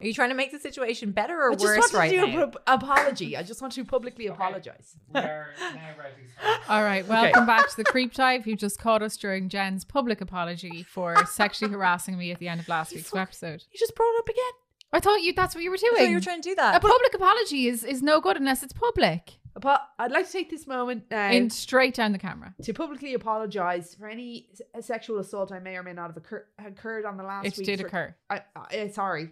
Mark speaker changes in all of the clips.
Speaker 1: Are you trying to make the situation better or
Speaker 2: I just
Speaker 1: worse
Speaker 2: wanted
Speaker 1: right
Speaker 2: to do
Speaker 1: now?
Speaker 2: a pro- apology. I just want to publicly apologize.
Speaker 3: All right, welcome back to the creep type. You just caught us during Jen's public apology for sexually harassing me at the end of last week's episode.
Speaker 2: You just brought it up again.
Speaker 3: I thought you—that's what you were doing.
Speaker 1: I thought you were trying to do
Speaker 3: a
Speaker 1: that.
Speaker 3: public apology is is no good unless it's public
Speaker 2: Apo- I'd like to take this moment now
Speaker 3: and straight down the camera.
Speaker 2: to publicly apologise for any s- sexual assault I may or may not have occur- occurred on the last
Speaker 3: It
Speaker 2: week's
Speaker 3: did
Speaker 2: re-
Speaker 3: occur.
Speaker 2: I, I, uh, sorry.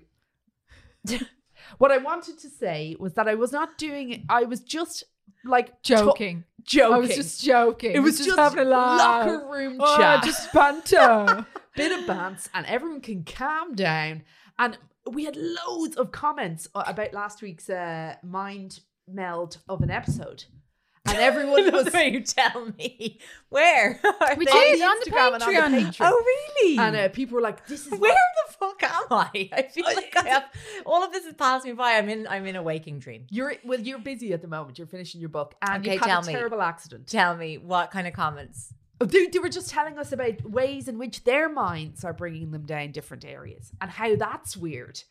Speaker 2: what I wanted to say was that I was not doing it. I was just like to-
Speaker 3: Joking.
Speaker 2: joking.
Speaker 3: I was just joking.
Speaker 2: It was just,
Speaker 3: having a laugh.
Speaker 2: locker room
Speaker 3: Oh,
Speaker 2: chat.
Speaker 3: just banter.
Speaker 2: bit of bants and everyone can calm down. And we had loads of comments uh, about last week's uh, mind meld of an episode. And everyone
Speaker 1: That's
Speaker 2: was
Speaker 1: the way you tell me. Where? Are
Speaker 3: We
Speaker 1: they?
Speaker 3: did
Speaker 2: the
Speaker 3: on the
Speaker 2: Instagram and on the
Speaker 3: Patreon.
Speaker 2: Patreon.
Speaker 1: Oh, really?
Speaker 2: and uh, people were like, this is
Speaker 1: Where the fuck am I? I feel
Speaker 2: Oh,
Speaker 1: like I have, all of this has passed me by. I'm in. I'm in a waking dream.
Speaker 2: You're well. You're busy at the moment. You're finishing your book, and
Speaker 1: Okay,
Speaker 2: you've had
Speaker 1: tell
Speaker 2: a
Speaker 1: me.
Speaker 2: terrible accident.
Speaker 1: Tell me what kind of comments.
Speaker 2: They, they were just telling us about ways in which their minds are bringing them down different areas, and how that's weird.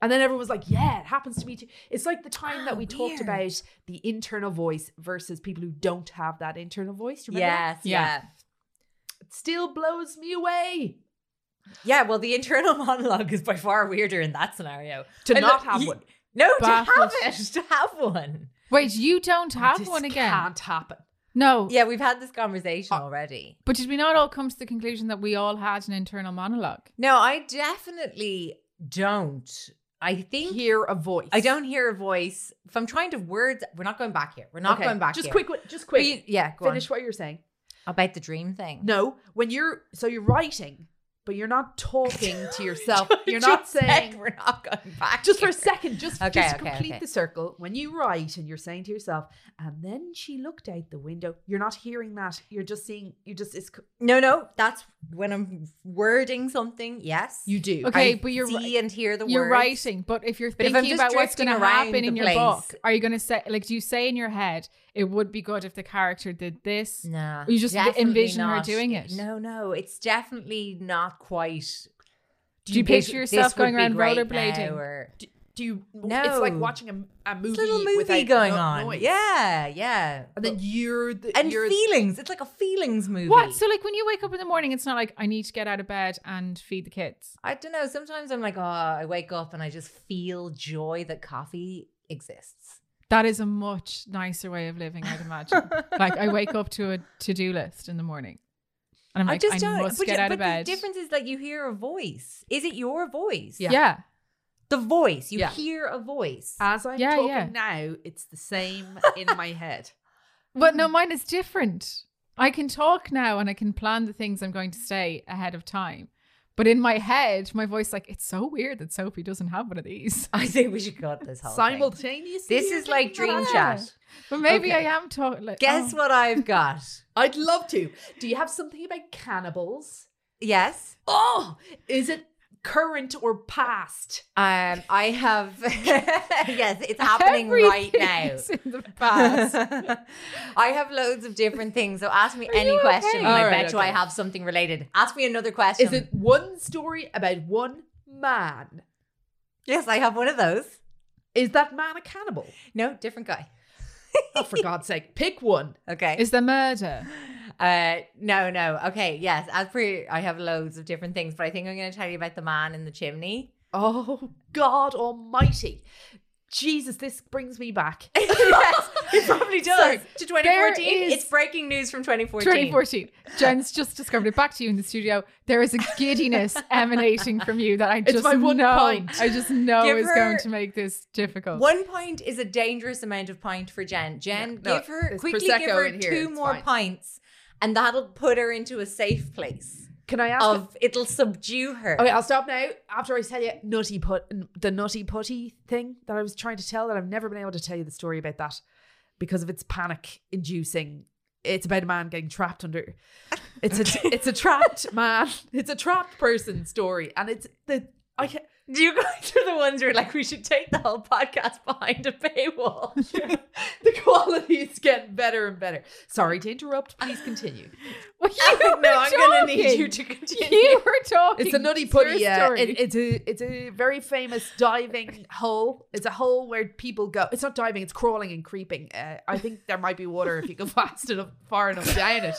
Speaker 2: And then everyone was like, "Yeah, it happens to me too." It's like the time that
Speaker 1: Ah,
Speaker 2: we talked
Speaker 1: weird.
Speaker 2: about the internal voice versus people who don't have that internal voice. Do you remember?
Speaker 1: Yes.
Speaker 3: Yeah.
Speaker 1: Yeah.
Speaker 2: that? it still blows me away
Speaker 1: Yeah, well, the internal monologue is by far weirder in that scenario.
Speaker 2: to
Speaker 1: I
Speaker 2: not
Speaker 1: lo-
Speaker 2: have
Speaker 1: you-
Speaker 2: one.
Speaker 1: No,
Speaker 3: Baffled.
Speaker 1: to have it. To have one.
Speaker 3: Wait, you don't have
Speaker 2: This
Speaker 3: one again?
Speaker 2: Can't happen.
Speaker 3: No.
Speaker 1: Yeah, we've had this conversation
Speaker 2: Uh,
Speaker 1: already.
Speaker 3: But did we not all come to the conclusion that we all had an internal monologue?
Speaker 1: No, I definitely don't. I think
Speaker 2: Hear a voice.
Speaker 1: I don't hear a voice. If I'm trying to words, we're not going back here. We're not
Speaker 2: Okay,
Speaker 1: going back
Speaker 2: Just
Speaker 1: here.
Speaker 2: quick. Just quick.
Speaker 1: We- yeah, go on.
Speaker 2: finish what you're saying.
Speaker 1: About the dream thing.
Speaker 2: No, when you're so you're writing, but you're not talking to yourself. You're not
Speaker 1: Just said
Speaker 2: saying
Speaker 1: we're not going back.
Speaker 2: just for
Speaker 1: here.
Speaker 2: a second, just
Speaker 1: Okay,
Speaker 2: just to
Speaker 1: okay,
Speaker 2: complete
Speaker 1: okay.
Speaker 2: the circle. When you write and you're saying to yourself, and then she looked out the window. You're not hearing that. You're just seeing. You just it's c-
Speaker 1: No, no, that's when I'm wording something. Yes,
Speaker 2: you do.
Speaker 3: Okay,
Speaker 1: I
Speaker 3: but you're
Speaker 1: see
Speaker 3: ri-
Speaker 1: and hear the
Speaker 3: You're
Speaker 1: words.
Speaker 3: writing, but if you're
Speaker 1: But if I'm
Speaker 3: thinking
Speaker 1: just
Speaker 3: about what's
Speaker 1: drifting
Speaker 3: going to
Speaker 1: around
Speaker 3: happen
Speaker 1: the
Speaker 3: in your
Speaker 1: place-
Speaker 3: book, are you going to say like do you say in your head it would be good if the character did this?
Speaker 1: Nah,
Speaker 3: You just
Speaker 1: definitely
Speaker 3: envision her
Speaker 1: not.
Speaker 3: doing it.
Speaker 1: No, no, it's definitely not quite.
Speaker 3: Do you
Speaker 1: envis-
Speaker 3: picture yourself
Speaker 1: this would
Speaker 3: going
Speaker 1: be
Speaker 3: around
Speaker 1: great
Speaker 3: rollerblading?
Speaker 1: now, or-
Speaker 2: Do, do you? It's like
Speaker 1: No.
Speaker 2: watching a, a movie.
Speaker 1: It's a little movie
Speaker 2: without
Speaker 1: going
Speaker 2: no-
Speaker 1: on.
Speaker 2: noise.
Speaker 1: Yeah, yeah.
Speaker 2: And then you're the
Speaker 1: and
Speaker 2: you're
Speaker 1: feelings. It's like a feelings movie.
Speaker 3: What? So like when you wake up in the morning, it's not like I need to get out of bed and feed the kids.
Speaker 1: I don't know. Sometimes I'm like, oh, I wake up and I just feel joy that coffee exists.
Speaker 3: That is a much nicer way of living, I'd imagine. like I wake up to a to-do list in the morning, and I'm like, I, must
Speaker 1: but
Speaker 3: get
Speaker 1: you-
Speaker 3: out of
Speaker 1: but
Speaker 3: bed.
Speaker 1: The difference is that you hear a voice. Is it your voice?
Speaker 3: yeah.
Speaker 1: The voice. You
Speaker 2: Yeah.
Speaker 1: hear a voice.
Speaker 2: As I'm
Speaker 3: Yeah,
Speaker 2: talking
Speaker 3: yeah.
Speaker 2: now, it's the same in my head. Mm.
Speaker 3: but no, mine is different.
Speaker 1: I can talk now and I can plan the things I'm going to say ahead of time. But in my head, my voice like, it's so weird that Sophie doesn't have one of these.
Speaker 2: I think we should cut this whole thing.
Speaker 3: Simultaneously.
Speaker 2: This
Speaker 3: you're Oh.
Speaker 2: is like
Speaker 3: doing
Speaker 2: dream
Speaker 3: that?
Speaker 2: chat.
Speaker 1: But maybe
Speaker 2: Okay.
Speaker 1: I am talking. Like, oh.
Speaker 2: Guess what I've got?
Speaker 3: I'd love to. Do you have something about cannibals?
Speaker 2: Yes.
Speaker 3: Oh, is it current or past?
Speaker 2: Um, I have. yes, it's happening right now.
Speaker 1: Everything's in the past.
Speaker 2: I have loads of different things. So ask me
Speaker 1: Are
Speaker 2: any
Speaker 1: you
Speaker 2: question.
Speaker 1: okay?
Speaker 2: and I
Speaker 3: All right,
Speaker 2: bet you I
Speaker 3: okay.
Speaker 2: have something related. Ask me another question.
Speaker 3: Is it one story about one man?
Speaker 2: Yes, I have one of those.
Speaker 3: Is that man a cannibal?
Speaker 2: No, different guy.
Speaker 3: Oh, for God's sake, pick one.
Speaker 2: Okay.
Speaker 1: Is there murder?
Speaker 2: Uh, no, no. Okay, yes. As per, I have loads of different things, but I think I'm going to tell you about the man in the chimney.
Speaker 3: Oh, God almighty. Jesus, this brings me back.
Speaker 2: yes, it probably does.
Speaker 1: Sorry,
Speaker 2: to
Speaker 1: there
Speaker 2: 2014,
Speaker 1: is-
Speaker 2: it's breaking news from 2014.
Speaker 1: 2014. Jen's just discovered it. Back to you in the studio. There is a giddiness emanating from you that I
Speaker 3: It's
Speaker 1: just
Speaker 3: my one
Speaker 1: know.
Speaker 3: point.
Speaker 1: I just know
Speaker 2: Give
Speaker 1: is
Speaker 2: her-
Speaker 1: going to make this difficult.
Speaker 2: One pint is a dangerous amount of pint for Jen. Jen,
Speaker 3: no,
Speaker 2: give her
Speaker 3: there's
Speaker 2: quickly.
Speaker 3: Prosecco
Speaker 2: give her
Speaker 3: in here,
Speaker 2: two
Speaker 3: it's
Speaker 2: more
Speaker 3: fine.
Speaker 2: pints, and that'll put her into a safe place.
Speaker 3: Can I ask? a-
Speaker 2: Of it'll subdue her.
Speaker 3: okay, I'll stop now. After I tell you nutty put the nutty putty thing that I was trying to tell that I've never been able to tell you the story about that because of its panic inducing. It's about a man getting trapped under. It's a it's a trapped man. It's a trapped person story, and it's the I can't.
Speaker 2: Do you guys are the ones who are like, we should take the whole podcast behind a paywall?
Speaker 3: the quality is getting better and better. Sorry to interrupt. Please continue.
Speaker 1: Well, you
Speaker 2: no,
Speaker 1: were
Speaker 2: I'm gonna need
Speaker 1: talking.
Speaker 2: you to continue.
Speaker 1: You were talking.
Speaker 3: It's a nutty
Speaker 1: your
Speaker 3: putty. uh, Yeah,
Speaker 1: story.
Speaker 3: it, it's a it's a very famous diving hole. It's a hole where people go. It's not diving. It's crawling and creeping. Uh, I think there might be water if you go fast enough, far enough down it.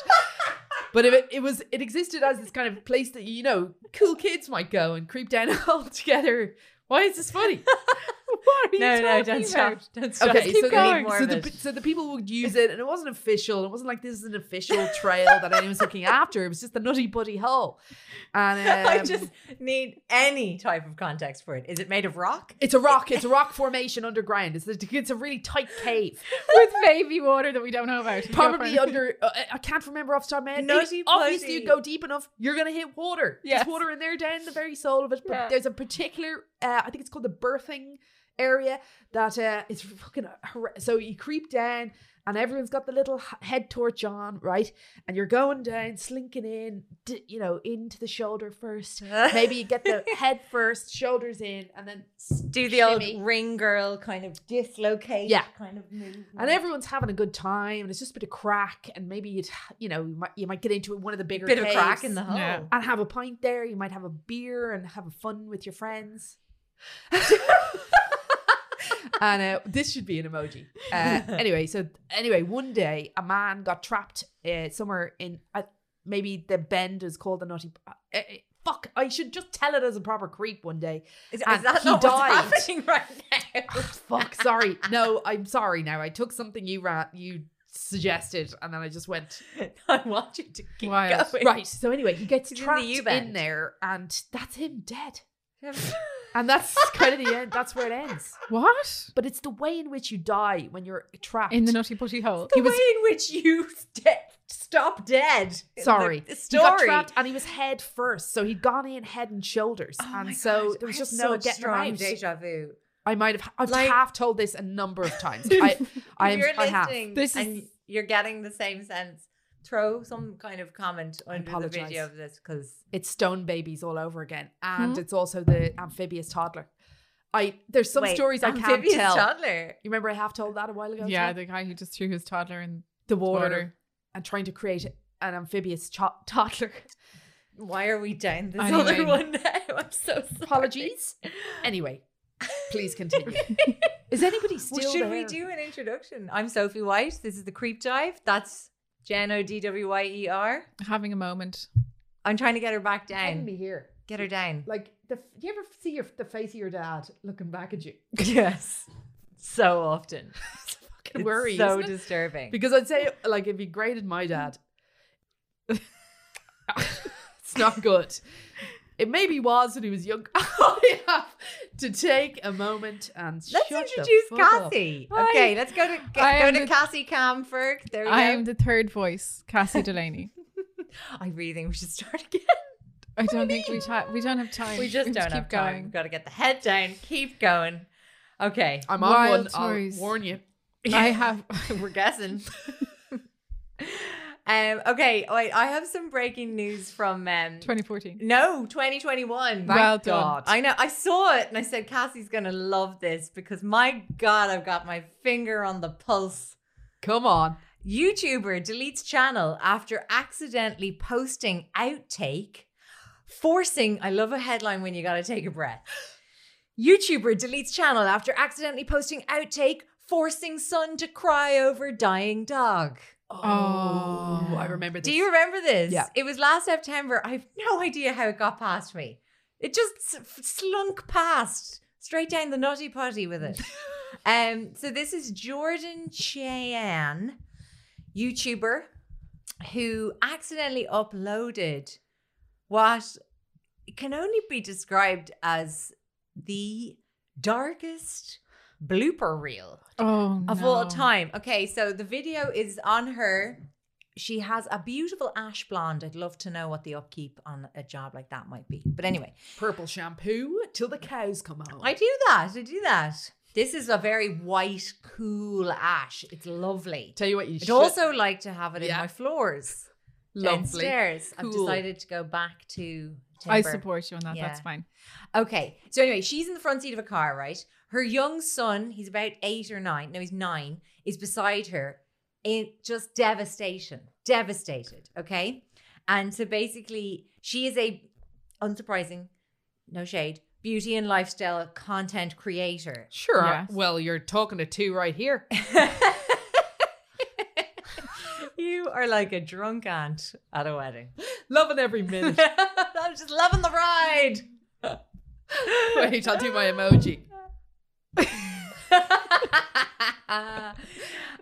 Speaker 3: But if it, it was it existed as this kind of place that you know cool kids might go and creep down a hole together. Why is this funny?
Speaker 1: what are you
Speaker 2: no, no,
Speaker 1: talking
Speaker 2: don't
Speaker 1: about?
Speaker 2: stop. Don't stop.
Speaker 3: Okay,
Speaker 1: Just
Speaker 3: so,
Speaker 1: keep
Speaker 3: the-
Speaker 1: going.
Speaker 2: More
Speaker 3: so
Speaker 2: of
Speaker 3: the
Speaker 2: it.
Speaker 3: pe- so the people would use it, and it wasn't official. It wasn't like this is an official trail that anyone's looking after. It was just the nutty buddy hole, and um,
Speaker 2: I just need any type of context for it. Is it made of rock?
Speaker 3: It's a rock. It's a rock formation underground. It's a, it's a really tight cave.
Speaker 1: With baby water that we don't know about. Go for
Speaker 3: Probably
Speaker 1: it.
Speaker 3: under. Uh, I can't remember off the top of my head.
Speaker 2: Nutty
Speaker 3: It- obviously,
Speaker 2: putty.
Speaker 3: you go deep enough, you're gonna hit water.
Speaker 1: Yes.
Speaker 3: There's water in there down the very soul of it. But
Speaker 1: Yeah.
Speaker 3: there's a particular. Uh, I think it's called the birthing area that uh, is fucking. Hor- so you creep down. And everyone's got the little h- head torch on, right? And you're going down, slinking in, d- you know, into the shoulder first. Maybe you get the head first, shoulders in, and then s-
Speaker 2: Do the old
Speaker 3: shimmy.
Speaker 2: ring girl kind of dislocate
Speaker 3: Yeah.
Speaker 2: kind of movement.
Speaker 3: and everyone's having a good time and it's just a bit of crack and maybe you'd you know you might, you might get into one of the bigger
Speaker 2: bit of crack
Speaker 3: caves
Speaker 2: in the hole.
Speaker 1: Yeah.
Speaker 3: and have a pint there you might have a beer and have fun with your friends and uh, this should be an emoji uh, anyway so anyway one day a man got trapped uh, somewhere in uh, maybe the bend is called the nutty uh, uh, fuck i should just tell it as a proper creep one day
Speaker 2: Is, is
Speaker 3: And
Speaker 2: that
Speaker 3: he
Speaker 2: not
Speaker 3: died.
Speaker 2: what's happening right now?
Speaker 3: fuck sorry no i'm sorry now i took something you ran you suggested and then i just went
Speaker 2: I want you to keep
Speaker 1: Wild.
Speaker 2: going.
Speaker 3: right so anyway he gets
Speaker 2: He's in the
Speaker 3: trapped
Speaker 2: U-bend.
Speaker 3: in there and that's him dead
Speaker 2: Right.
Speaker 3: and that's kind of the end that's where it ends
Speaker 1: What?
Speaker 3: but it's the way in which you die when you're trapped
Speaker 1: In the nutty putty hole.
Speaker 2: the way in which you de- stop dead. in
Speaker 3: Sorry,
Speaker 2: the, the
Speaker 3: he got
Speaker 2: story.
Speaker 3: trapped and he was head first, so he'd gone in head and shoulders,
Speaker 2: Oh my
Speaker 3: and so
Speaker 2: God,
Speaker 3: there was
Speaker 2: I
Speaker 3: just
Speaker 2: have
Speaker 3: no
Speaker 2: such
Speaker 3: getting
Speaker 2: strong
Speaker 3: around.
Speaker 2: deja vu.
Speaker 3: I might have, I've
Speaker 2: Like-
Speaker 3: half told this a number of times. I, I,
Speaker 2: if
Speaker 3: am,
Speaker 2: you're
Speaker 3: I have.
Speaker 2: listening
Speaker 1: This is-
Speaker 2: and you're getting the same sense, throw some kind of comment under the
Speaker 3: apologise.
Speaker 2: video of this because
Speaker 3: it's stone babies all over again,
Speaker 2: Hmm?
Speaker 3: and it's also the amphibious toddler. I there's some stories I can't
Speaker 2: amphibious
Speaker 3: tell.
Speaker 2: toddler.
Speaker 3: You remember I half told that a while ago.
Speaker 1: Yeah,
Speaker 3: Tom?
Speaker 1: the guy who just threw his toddler in
Speaker 3: the water,
Speaker 1: water.
Speaker 3: and trying to create an amphibious cho- toddler.
Speaker 2: Why are we down this
Speaker 1: Anyway.
Speaker 2: other one now? I'm so sorry.
Speaker 3: Apologies. anyway, please continue. Is anybody still
Speaker 2: Well, should we
Speaker 3: there?
Speaker 2: do an introduction? I'm Sophie White. This is the Creep Dive. That's Jen O D W Y E R.
Speaker 1: Having a moment.
Speaker 2: I'm trying to get her back
Speaker 3: Having me
Speaker 2: down.
Speaker 3: here.
Speaker 2: Get her down.
Speaker 3: Like, the, you ever see your, the face of your dad looking back at you?
Speaker 2: Yes. So often.
Speaker 3: It's a fucking
Speaker 2: It's
Speaker 3: worry.
Speaker 2: so
Speaker 3: isn't it?
Speaker 2: disturbing.
Speaker 3: Because I'd say, like, if you graded my dad, it's not good. It maybe was when he was young. I have to take a moment and
Speaker 2: Let's
Speaker 3: shut the
Speaker 2: introduce
Speaker 3: fuck up.
Speaker 2: Cassie.
Speaker 1: Hi.
Speaker 2: Okay, let's go to go,
Speaker 1: I am
Speaker 2: to
Speaker 1: the-
Speaker 2: Cassie Camford. There we
Speaker 1: I
Speaker 2: go.
Speaker 1: am the third voice, Cassie Delaney.
Speaker 2: I really think we should start again.
Speaker 1: I don't think we ta- we don't have time.
Speaker 2: We just don't have time. We've got to get the head down. Keep going. Okay,
Speaker 3: I'm on
Speaker 1: Wild
Speaker 3: one. I'll
Speaker 1: stories.
Speaker 3: warn you.
Speaker 1: I have.
Speaker 2: we're guessing. um. Okay. Wait. I have some breaking news from um.
Speaker 1: 2014.
Speaker 2: No, 2021. My
Speaker 1: Well done.
Speaker 2: God. I know. I saw it and I said, Cassie's going to love this because my God, I've got my finger on the pulse.
Speaker 3: Come on.
Speaker 2: YouTuber deletes channel after accidentally posting outtake, forcing. I love a headline when you got to take a breath. YouTuber deletes channel after accidentally posting outtake, forcing son to cry over dying dog.
Speaker 3: Oh, I remember this.
Speaker 2: Do you remember this?
Speaker 3: Yeah.
Speaker 2: It was last September. I have no idea how it got past me. It just s- slunk past straight down the nutty putty with it. um, so this is Jordan Cheyenne, YouTuber, who accidentally uploaded what can only be described as the darkest blooper reel
Speaker 1: Oh,
Speaker 2: of
Speaker 1: no.
Speaker 2: all time. Okay, so the video is on her. She has a beautiful ash blonde. I'd love to know what the upkeep on a job like that might be. But anyway,
Speaker 3: Purple shampoo till the cows come home.
Speaker 2: I do that. I do that. This is a very white, cool ash. It's lovely.
Speaker 3: tell you what, you
Speaker 2: I'd
Speaker 3: should.
Speaker 2: also like to have it in
Speaker 3: Yeah.
Speaker 2: my floors.
Speaker 3: Lovely.
Speaker 2: Downstairs. I've
Speaker 3: Cool.
Speaker 2: decided to go back to timber.
Speaker 1: I support you on that.
Speaker 2: Yeah.
Speaker 1: That's fine.
Speaker 2: Okay. So anyway, she's in the front seat of a car, right? Her young son, he's about eight or nine, no, he's nine, is beside her in just devastation, devastated. Okay. And so basically, she is a unsurprising, no shade, beauty and lifestyle content creator.
Speaker 3: Sure.
Speaker 1: Yes.
Speaker 3: Well, you're talking to two right here.
Speaker 2: You are like a drunk aunt at a wedding.
Speaker 3: Loving every minute.
Speaker 2: I'm just loving the ride.
Speaker 3: Wait, I'll do my emoji.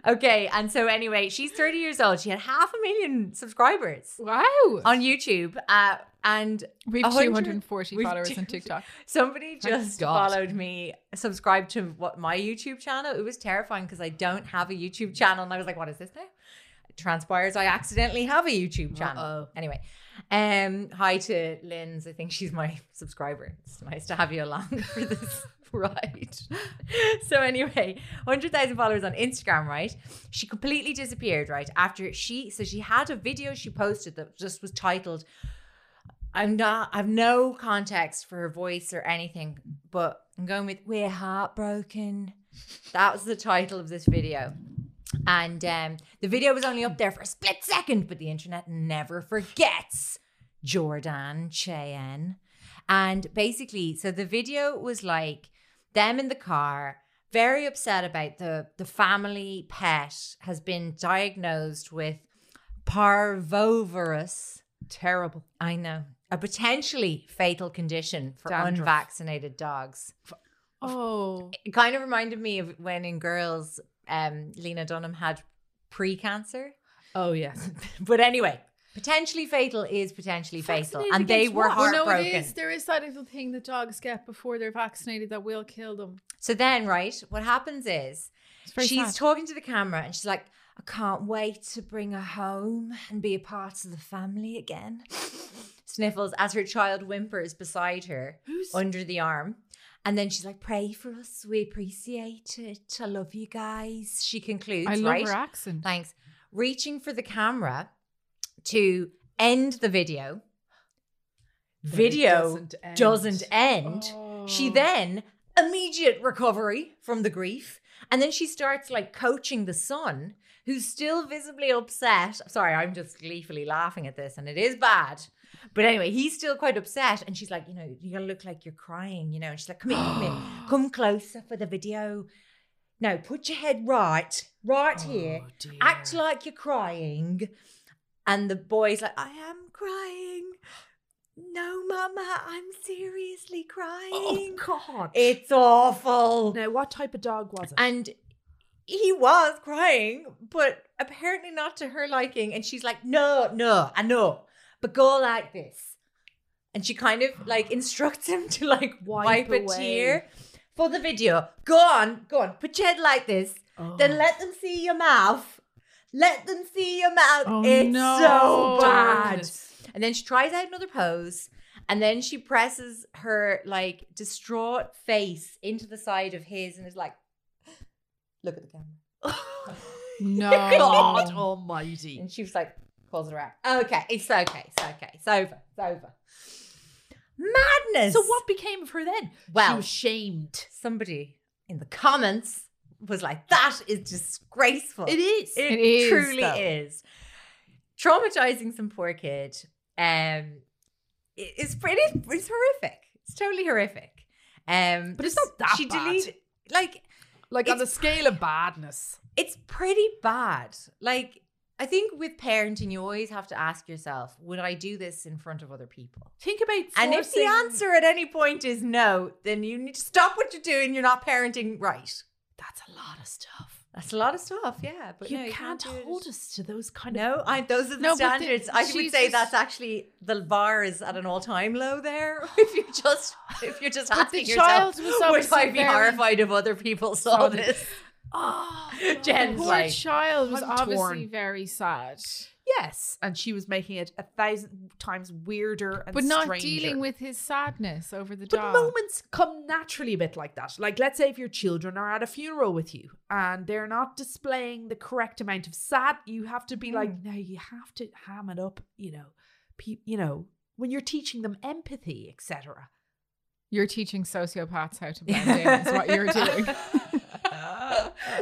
Speaker 2: okay, and so anyway, she's 30 years old. She had half a million subscribers
Speaker 1: Wow.
Speaker 2: on YouTube. Uh, and
Speaker 1: We've
Speaker 2: 100
Speaker 1: 240
Speaker 2: we've
Speaker 1: followers
Speaker 2: two-
Speaker 1: on TikTok.
Speaker 2: Somebody just
Speaker 3: God.
Speaker 2: followed me, subscribed to what my YouTube channel. It was terrifying because I don't have a YouTube channel. And I was like, what is this now? It transpires I accidentally have a YouTube channel.
Speaker 3: Uh-oh.
Speaker 2: Anyway, um, hi to Lynn's. I think she's my subscriber. It's nice to have you along for this ride. so anyway, 100,000 followers on Instagram, right? She completely disappeared, right? After she, so she had a video she posted that just was titled I'm not. I've no context for her voice or anything, but I'm going with "We're Heartbroken." That was the title of this video, and um, the video was only up there for a split second, but the internet never forgets Jordan Cheyenne. And basically, so the video was like them in the car, very upset about the the family pet has been diagnosed with parvovirus.
Speaker 3: Terrible.
Speaker 2: I know. A potentially fatal condition for
Speaker 3: Dandruff.
Speaker 2: unvaccinated dogs.
Speaker 1: Oh,
Speaker 2: It kind of reminded me of when in Girls, um, Lena Dunham had pre cancer.
Speaker 3: Oh yes.
Speaker 2: But anyway, potentially fatal is potentially fatal.
Speaker 1: Vaccinated
Speaker 2: And they
Speaker 1: against
Speaker 2: were
Speaker 1: what?
Speaker 2: heartbroken.
Speaker 1: Well, no, it is. There is that little thing that dogs get before they're vaccinated that will kill them.
Speaker 2: So then, right, what happens is
Speaker 1: It's very
Speaker 2: she's
Speaker 1: sad.
Speaker 2: talking to the camera and she's like, I can't wait to bring her home and be a part of the family again. Sniffles as her child whimpers beside her under the arm. And then she's like, Pray for us. We appreciate it. I love you guys. She concludes,
Speaker 1: I love
Speaker 2: right?
Speaker 1: her accent.
Speaker 2: Thanks. Reaching for the camera to end the video.
Speaker 3: it
Speaker 2: Video
Speaker 3: doesn't end.
Speaker 2: doesn't end. She
Speaker 1: Oh.
Speaker 2: then immediate recovery from the grief. And then she starts like coaching the son, who's still visibly upset. Sorry, I'm just gleefully laughing at this, and it is bad. But anyway, he's still quite upset. And she's like, you know, you gotta look like you're crying, you know. And she's like, come here, come here, come closer for the video. No, put your head right, right
Speaker 3: Oh,
Speaker 2: here. Act like you're crying. And the boy's like, I am crying. No, mama, I'm seriously crying.
Speaker 3: Oh God.
Speaker 2: It's awful.
Speaker 3: now, what type of dog was it?
Speaker 2: And he was crying, but apparently not to her liking. And she's like, no, no, I know, but go like this. and she kind of like instructs him to like wipe,
Speaker 3: Wipe
Speaker 2: a
Speaker 3: away.
Speaker 2: tear for the video. Go on, go on, put your head like this,
Speaker 1: Oh.
Speaker 2: then let them see your mouth. Let them see your mouth.
Speaker 1: Oh,
Speaker 2: it's
Speaker 1: no. Oh,
Speaker 2: so bad.
Speaker 1: Darkness.
Speaker 2: And then she tries out another pose. And then she presses her like distraught face into the side of his and is like, look at the camera.
Speaker 1: No.
Speaker 3: God almighty.
Speaker 2: And she was like, calls her out. Okay, it's okay, it's okay, it's over, it's over. Madness.
Speaker 3: So what became of her then? she
Speaker 2: Well-
Speaker 3: was shamed.
Speaker 2: Somebody in the comments was like, that is disgraceful.
Speaker 3: It is.
Speaker 2: It,
Speaker 1: It is,
Speaker 2: truly
Speaker 1: though.
Speaker 2: is. Traumatizing some poor kid. Um, it- it's pretty. It's horrific. It's totally horrific. Um,
Speaker 3: But it's not that
Speaker 2: she
Speaker 3: bad.
Speaker 2: deleted like
Speaker 3: Like on the
Speaker 2: It's-
Speaker 3: scale of badness.
Speaker 2: it's pretty bad. Like, I think with parenting, you always have to ask yourself, would I do this in front of other people?
Speaker 3: Think about
Speaker 2: And if the
Speaker 3: forcing-
Speaker 2: answer at any point is no, then you need to stop what you're doing. You're not parenting right.
Speaker 3: That's a lot of stuff.
Speaker 2: That's a lot of stuff, yeah. But
Speaker 3: you,
Speaker 2: no,
Speaker 3: can't,
Speaker 2: do it.
Speaker 3: hold us to those kind of.
Speaker 2: No, I, those are the
Speaker 1: No, but the-
Speaker 2: standards. I would
Speaker 1: she's
Speaker 2: say
Speaker 1: just-
Speaker 2: that's actually the bar is at an all-time low there. If you just if you're just
Speaker 1: But the
Speaker 2: asking yourself,
Speaker 1: child was
Speaker 2: would
Speaker 1: obviously
Speaker 2: I be
Speaker 1: very-
Speaker 2: horrified if other people saw
Speaker 1: Saw this.
Speaker 2: this?
Speaker 3: Oh,
Speaker 1: The
Speaker 2: Jen's
Speaker 1: poor
Speaker 2: like,
Speaker 1: child was
Speaker 3: I'm
Speaker 1: obviously
Speaker 3: torn.
Speaker 1: very sad,
Speaker 3: yes, and she was making it a thousand times weirder and
Speaker 1: but not
Speaker 3: stranger.
Speaker 1: dealing with his sadness over the
Speaker 3: But
Speaker 1: dog.
Speaker 3: moments come naturally a bit like that. Like, let's say if your children are at a funeral with you and they're not displaying the correct amount of sad, you have to
Speaker 1: Mm.
Speaker 3: be like, no, you have to ham it up. You know, pe- you know, when you're teaching them empathy, etc.
Speaker 1: You're teaching sociopaths how to blend in. Is what you're doing.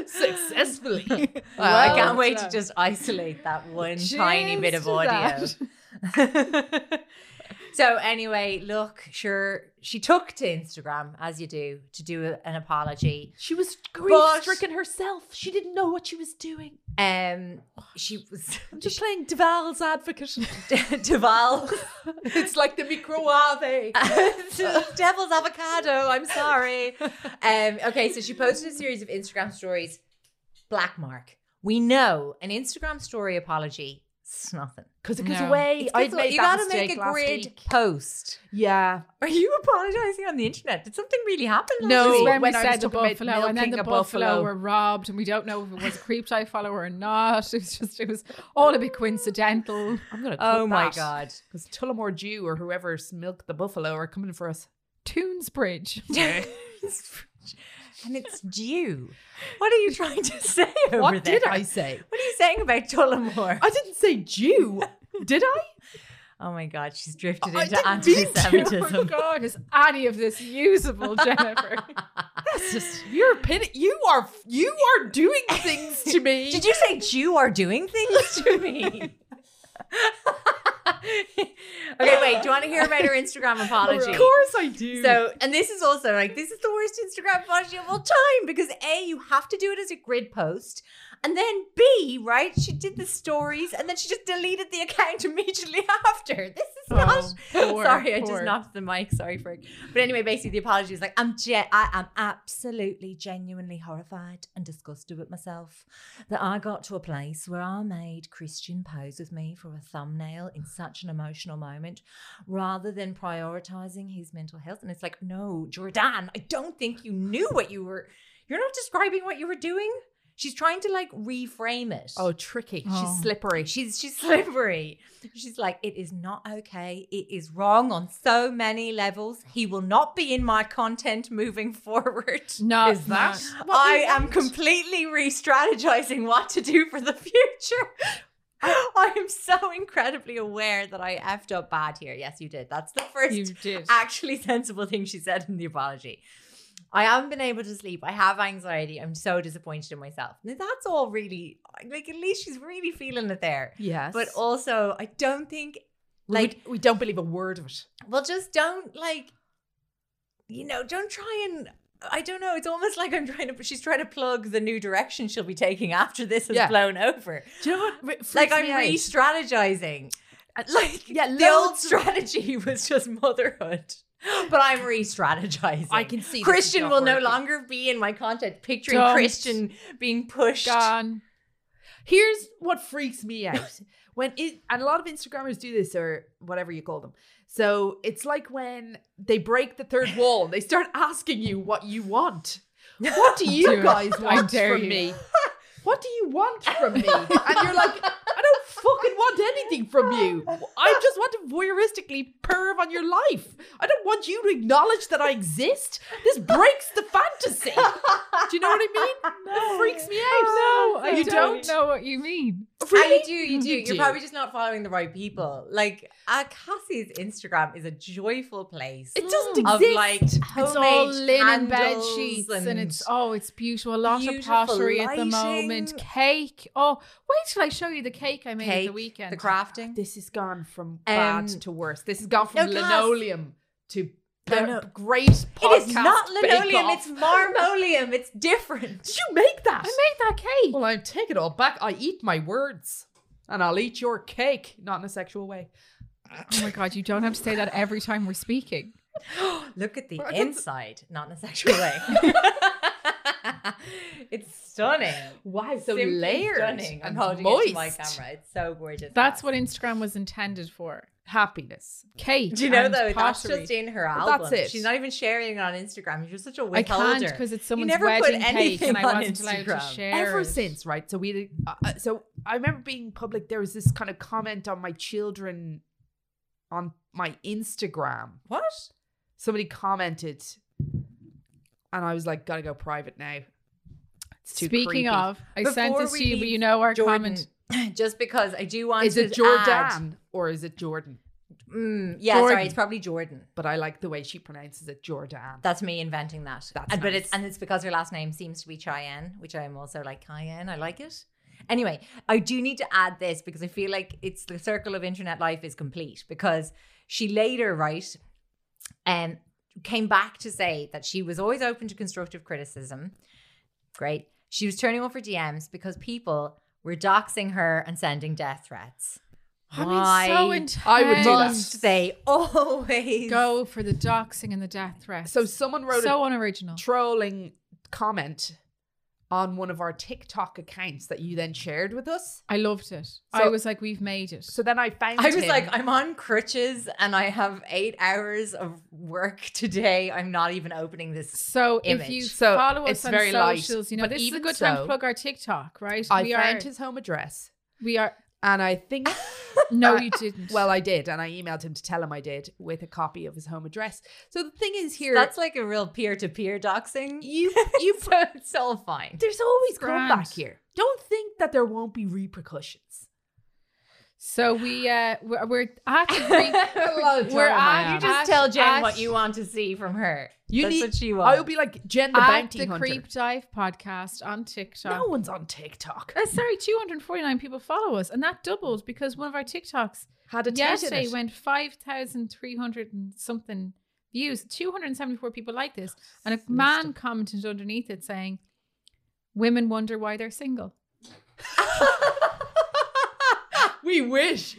Speaker 3: Successfully.
Speaker 2: Well, I
Speaker 1: Well
Speaker 2: can't wait
Speaker 1: done.
Speaker 2: to just isolate that one tiny bit
Speaker 1: Cheers
Speaker 2: of
Speaker 1: to
Speaker 2: audio.
Speaker 1: that.
Speaker 2: so anyway, look, sure, she took to Instagram as you do to do a- an apology.
Speaker 3: She was
Speaker 2: But-
Speaker 3: grief stricken herself. She didn't know what she was doing.
Speaker 2: Um, she was
Speaker 3: Oh, I'm just playing Deval's advocate.
Speaker 2: Deval,
Speaker 3: it's like the microwave.
Speaker 2: devil's avocado. I'm sorry. Um, okay, so she posted a series of Instagram stories. Black mark. We know an Instagram story apology. It's nothing.
Speaker 3: Because it goes
Speaker 1: No.
Speaker 3: away. I'd
Speaker 2: So
Speaker 3: made
Speaker 2: you
Speaker 3: that
Speaker 2: gotta
Speaker 3: mistake
Speaker 2: make a
Speaker 3: last
Speaker 2: grid
Speaker 3: week.
Speaker 2: post.
Speaker 3: Yeah.
Speaker 2: Are you apologizing on the internet? Did something really happen? last
Speaker 3: No.
Speaker 1: This is
Speaker 2: week?
Speaker 1: when,
Speaker 3: when
Speaker 1: we
Speaker 3: I
Speaker 1: said
Speaker 3: was
Speaker 1: the
Speaker 3: talking about
Speaker 1: buffalo, and then
Speaker 3: milking
Speaker 1: the
Speaker 3: a
Speaker 1: buffalo,
Speaker 3: buffalo.
Speaker 1: were robbed, and we don't know if it was a creep type follower or not. It was just, it was all a bit coincidental.
Speaker 3: I'm gonna.
Speaker 2: Oh my god.
Speaker 3: Because Tullamore Dew or whoever's milked the buffalo are coming for us.
Speaker 1: Toonsbridge.
Speaker 2: and it's due. What are you trying to say over
Speaker 3: What
Speaker 2: there?
Speaker 3: did I say?
Speaker 2: What are you saying about Tullamore?
Speaker 3: I didn't say Jew, did I?
Speaker 2: Oh my god, she's drifted
Speaker 3: I
Speaker 2: into
Speaker 3: didn't mean to.
Speaker 1: Oh my
Speaker 2: anti-Semitism.
Speaker 1: God, is any of this usable, Jennifer?
Speaker 3: That's just you're pin- You are you are doing things to me.
Speaker 2: Did you say Jew are doing things to me? okay, wait. Do you want to hear about her Instagram apology?
Speaker 3: Of course I do.
Speaker 2: So, and this is also like this is the worst Instagram apology of all time because a you have to do it as a grid post, and then b right she did the stories and then she just deleted the account immediately after. This is
Speaker 1: Oh,
Speaker 2: not.
Speaker 1: poor,
Speaker 2: sorry, I
Speaker 1: poor.
Speaker 2: just knocked the mic. Sorry, Frank. But anyway, basically the apology is like I'm ge- I am absolutely genuinely horrified and disgusted with myself that I got to a place where I made Christian pose with me for a thumbnail in such an emotional moment rather than prioritizing his mental health. And it's like, no, Jordan, I don't think you knew what you were. You're not describing what you were doing. She's trying to like reframe it.
Speaker 3: oh, tricky.
Speaker 1: Oh.
Speaker 3: She's slippery.
Speaker 2: she's she's slippery. She's like, it is not okay. It is wrong on so many levels. He will not be in my content moving forward.
Speaker 1: No,
Speaker 3: Is that-
Speaker 1: no.
Speaker 3: what
Speaker 2: I
Speaker 3: we
Speaker 2: am
Speaker 3: want.
Speaker 2: completely re-strategizing what to do for the future. I am so incredibly aware that I effed up bad here. Yes, you did. That's the first
Speaker 1: you did.
Speaker 2: actually sensible thing she said in the apology. I haven't been able to sleep. I have anxiety. I'm so disappointed in myself. Now, that's all really like at least she's really feeling it there.
Speaker 3: Yes.
Speaker 2: But also, I don't think
Speaker 3: like
Speaker 2: like
Speaker 3: we, don't believe a word of it.
Speaker 2: well, just don't like you know, don't try and I don't know. It's almost like I'm trying to. She's trying to plug the new direction she'll be taking after this has
Speaker 3: Yeah.
Speaker 2: blown over.
Speaker 3: Do you know what? re- freaks
Speaker 2: Like
Speaker 3: me
Speaker 2: I'm
Speaker 3: out?
Speaker 2: re-strategizing. Like
Speaker 3: Uh, Yeah,
Speaker 2: the old
Speaker 3: loads of-
Speaker 2: strategy was just motherhood, but I'm re-strategizing.
Speaker 3: I can see this is
Speaker 2: Christian
Speaker 3: not
Speaker 2: will no
Speaker 3: working.
Speaker 2: longer be in my content. Picturing
Speaker 1: Don't.
Speaker 2: Christian being pushed.
Speaker 1: Gone.
Speaker 3: Here's what freaks me out when it, and a lot of Instagrammers do this or whatever you call them. So it's like when they break the third wall and they start asking you what you want. What do
Speaker 1: Do
Speaker 3: you
Speaker 1: it.
Speaker 3: guys
Speaker 1: I
Speaker 3: want
Speaker 1: dare
Speaker 3: from
Speaker 1: you.
Speaker 3: me? What do you want from me? And you're like, I don't fucking want anything from you. I just want to voyeuristically perv on your life. I don't want you to acknowledge that I exist. This breaks the fantasy. Do you know what I mean? It freaks me out.
Speaker 1: Oh, no, I
Speaker 3: you
Speaker 1: don't know what you mean.
Speaker 2: Ah, you do, you do.
Speaker 3: You
Speaker 2: You're
Speaker 3: do.
Speaker 2: probably just not following the right people. Like uh, Cassie's Instagram is a joyful place.
Speaker 3: It doesn't
Speaker 2: of
Speaker 3: exist.
Speaker 2: like homemade
Speaker 1: It's all linen bed
Speaker 2: candles
Speaker 1: sheets and,
Speaker 2: and,
Speaker 1: it's oh, it's beautiful. A lot of
Speaker 2: beautiful
Speaker 1: pottery at the moment.
Speaker 2: lighting.
Speaker 1: Cake. Oh, wait till I show you the cake I made at the weekend.
Speaker 2: the crafting.
Speaker 3: This has gone from bad
Speaker 2: Um,
Speaker 3: to worse. This has gone from
Speaker 2: no, Glass.
Speaker 3: linoleum to
Speaker 2: No,
Speaker 3: pe-
Speaker 2: no.
Speaker 3: great podcast.
Speaker 2: it is not linoleum.
Speaker 3: bake-off.
Speaker 2: It's marmoleum. It's different.
Speaker 3: Did you make that?
Speaker 1: I made that cake.
Speaker 3: well, I take it all back. I eat my words, and I'll eat your cake, not in a sexual way.
Speaker 1: oh my god, you don't have to say that every time we're speaking.
Speaker 2: Look at the
Speaker 3: I can-
Speaker 2: inside, not in a sexual way. it's stunning.
Speaker 3: Wow, so
Speaker 2: Simply
Speaker 3: layered
Speaker 2: Stunning. I'm
Speaker 3: and
Speaker 2: holding it to my
Speaker 3: moist.
Speaker 2: camera. It's so gorgeous.
Speaker 1: That's
Speaker 2: Cass.
Speaker 1: what Instagram was intended for.
Speaker 3: Happiness.
Speaker 1: Cake.
Speaker 2: Do you know
Speaker 1: and
Speaker 2: though? That's
Speaker 1: pottery.
Speaker 2: just in her
Speaker 3: Well,
Speaker 2: album.
Speaker 3: that's it.
Speaker 2: She's not even sharing it on Instagram. You're such a
Speaker 1: I
Speaker 2: withholder.
Speaker 1: can't because it's someone's
Speaker 2: you never
Speaker 1: wedding
Speaker 2: put
Speaker 1: cake
Speaker 2: anything
Speaker 1: and I
Speaker 2: on
Speaker 1: wasn't allowed to
Speaker 2: Instagram.
Speaker 1: share.
Speaker 3: Ever
Speaker 1: it.
Speaker 3: since, right? So we, uh, uh, so I remember being public. There was this kind of comment on my children, on my Instagram.
Speaker 2: What?
Speaker 3: somebody commented and I was like, gotta go private now. It's too
Speaker 1: Speaking
Speaker 3: creepy.
Speaker 1: of, I sent
Speaker 2: Before
Speaker 1: this
Speaker 2: we
Speaker 1: to you, but
Speaker 2: leave
Speaker 1: you know our
Speaker 2: Jordan,
Speaker 1: comment.
Speaker 2: Just because I do want
Speaker 3: is
Speaker 2: to
Speaker 3: it
Speaker 2: add-
Speaker 3: Jordan or is it Jordan?
Speaker 2: Mm, yeah,
Speaker 1: Jordan.
Speaker 2: sorry, it's probably Jordan.
Speaker 3: But I like the way she pronounces it Jordan.
Speaker 2: That's me inventing that.
Speaker 3: That's
Speaker 2: and, But
Speaker 3: nice.
Speaker 2: it's and it's because her last name seems to be Cheyenne, which I am also like Cayenne. I like it. Anyway, I do need to add this because I feel like it's the circle of internet life is complete because she later, right, um, came back to say that she was always open to constructive criticism. Great. She was turning off her DMs because people were doxing her and sending death threats.
Speaker 1: I mean, so
Speaker 2: Why
Speaker 1: intense.
Speaker 3: I would do that.
Speaker 2: Must they always
Speaker 1: go for the doxing and the death threat.
Speaker 3: so someone wrote
Speaker 1: so
Speaker 3: a
Speaker 1: unoriginal.
Speaker 3: trolling comment on one of our TikTok accounts that you then shared with us.
Speaker 1: I loved it. I
Speaker 3: So-
Speaker 1: was like, we've made it.
Speaker 3: So then I found
Speaker 2: I was
Speaker 3: him.
Speaker 2: like, I'm on crutches and I have eight hours of work today. I'm not even opening this.
Speaker 1: So if
Speaker 2: Image.
Speaker 1: you
Speaker 3: So
Speaker 1: follow us
Speaker 3: it's
Speaker 1: on
Speaker 3: very light,
Speaker 1: socials, you know
Speaker 3: but
Speaker 1: this is a
Speaker 3: even
Speaker 1: good time to
Speaker 3: so,
Speaker 1: plug our TikTok, right?
Speaker 3: I
Speaker 1: we
Speaker 3: found
Speaker 1: are.
Speaker 3: his home address.
Speaker 1: we are.
Speaker 3: And I think
Speaker 1: No,
Speaker 3: Uh,
Speaker 1: you didn't.
Speaker 3: well I did, and I emailed him to tell him I did with a copy of his home address. So the thing is here
Speaker 2: That's like a real peer to peer doxing. You, you, so it's all fine.
Speaker 3: There's always
Speaker 1: grand.
Speaker 3: comeback here. Don't think that there won't be repercussions.
Speaker 1: so we uh, we're, we're at the creep. we're at
Speaker 2: You just
Speaker 1: at-
Speaker 2: tell Jen
Speaker 1: at-
Speaker 2: what you want to see from her.
Speaker 3: You
Speaker 2: That's
Speaker 3: need,
Speaker 2: what she
Speaker 3: I
Speaker 2: wants.
Speaker 3: will be like Jen the
Speaker 1: at
Speaker 3: Bounty
Speaker 1: the
Speaker 3: Hunter.
Speaker 1: Creep Dive podcast on TikTok.
Speaker 3: No one's on TikTok.
Speaker 1: Uh, sorry, 249 people follow us, and that doubled because one of our TikToks
Speaker 3: Had a tent in
Speaker 1: yesterday
Speaker 3: it.
Speaker 1: went 5,300 and something views. 274 people like this, and a man commented underneath it saying, "Women wonder why they're single."
Speaker 3: we wish.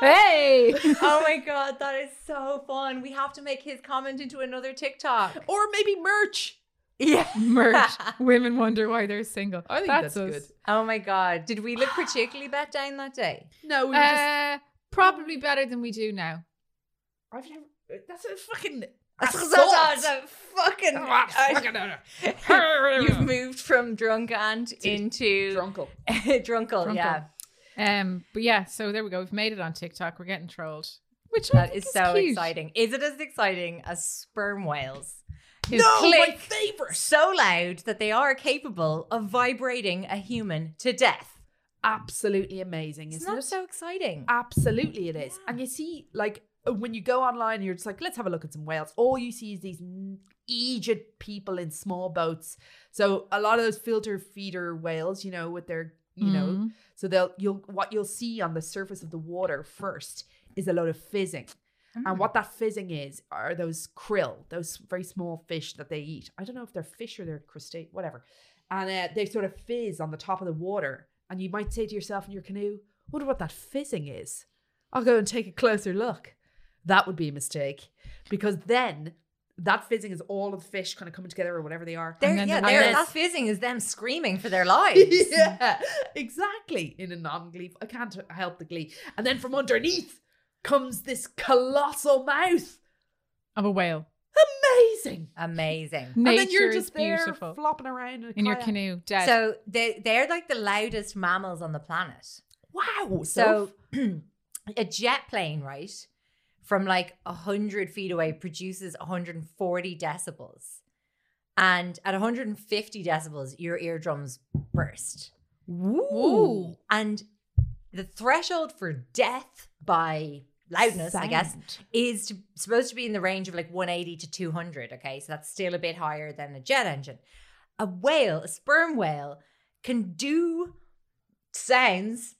Speaker 1: Hey,
Speaker 2: oh my God, that is so fun. We have to make his comment into another TikTok.
Speaker 1: Oh,
Speaker 3: Or maybe merch.
Speaker 2: Yeah.
Speaker 1: merch. Women wonder why they're single.
Speaker 3: I think that's,
Speaker 1: us.
Speaker 2: Oh my God. Did we look particularly bet down that day?
Speaker 3: good. No, we were just.
Speaker 1: Uh, probably better than we do now.
Speaker 3: I've never. That's a fucking.
Speaker 2: That's
Speaker 3: assault.
Speaker 2: a fucking.
Speaker 3: Ah, fucking-
Speaker 2: You've moved from drunk aunt into
Speaker 3: Drunkle.
Speaker 2: drunkle,
Speaker 1: Drunkle.
Speaker 2: yeah.
Speaker 1: Um, but yeah, so there we go. We've made it on TikTok. We're getting trolled, which I
Speaker 2: That
Speaker 1: think
Speaker 2: is so
Speaker 1: cute.
Speaker 2: exciting. Is it as exciting as sperm whales? Who
Speaker 3: No, my
Speaker 2: click
Speaker 3: favorite.
Speaker 2: so loud that they are capable of vibrating a human to death.
Speaker 3: Absolutely amazing,
Speaker 2: Isn't
Speaker 3: isn't
Speaker 2: that
Speaker 3: it? Ah,
Speaker 2: so exciting?
Speaker 3: Absolutely, it is. And you see, like, uh, when you go online and you're just like, let's have a look at some whales, all you see is these n- aged people in small boats. So a lot of those filter feeder whales, you know, with their, you know, so they'll, you'll, what you'll see on the surface of the water first is a load of fizzing. And what that fizzing is are those krill, those very small fish that they eat. I don't know if they're fish or they're crustacean, whatever. And uh, they sort of fizz on the top of the water. And you might say to yourself in your canoe, wonder what that fizzing is. I'll go and take a closer look. That would be a mistake because then that fizzing is all of the fish kind of coming together or whatever they are.
Speaker 2: There,
Speaker 1: And then
Speaker 2: yeah,
Speaker 1: the
Speaker 2: there,
Speaker 1: whales-
Speaker 2: that fizzing is them screaming for their lives.
Speaker 3: yeah, exactly. In a non glee, I can't help the glee. And then from underneath, comes this colossal mouth.
Speaker 1: of a whale.
Speaker 3: Amazing.
Speaker 2: Amazing.
Speaker 1: Nature
Speaker 3: and then you're just
Speaker 1: is
Speaker 3: there
Speaker 1: beautiful.
Speaker 3: flopping around in, a
Speaker 1: in your
Speaker 3: kayak.
Speaker 1: canoe, dead.
Speaker 2: So they they're like the loudest mammals on the planet.
Speaker 3: Wow.
Speaker 2: So
Speaker 3: Soph.
Speaker 2: a jet plane, right, from like hundred feet away produces 140 decibels, and at 150 decibels, your eardrums burst.
Speaker 1: Ooh.
Speaker 2: And the threshold for death by loudness, I guess, is to, supposed to be in the range of like 180 to 200. Okay, so that's still a bit higher than a jet engine. A whale, a sperm whale, can do sounds,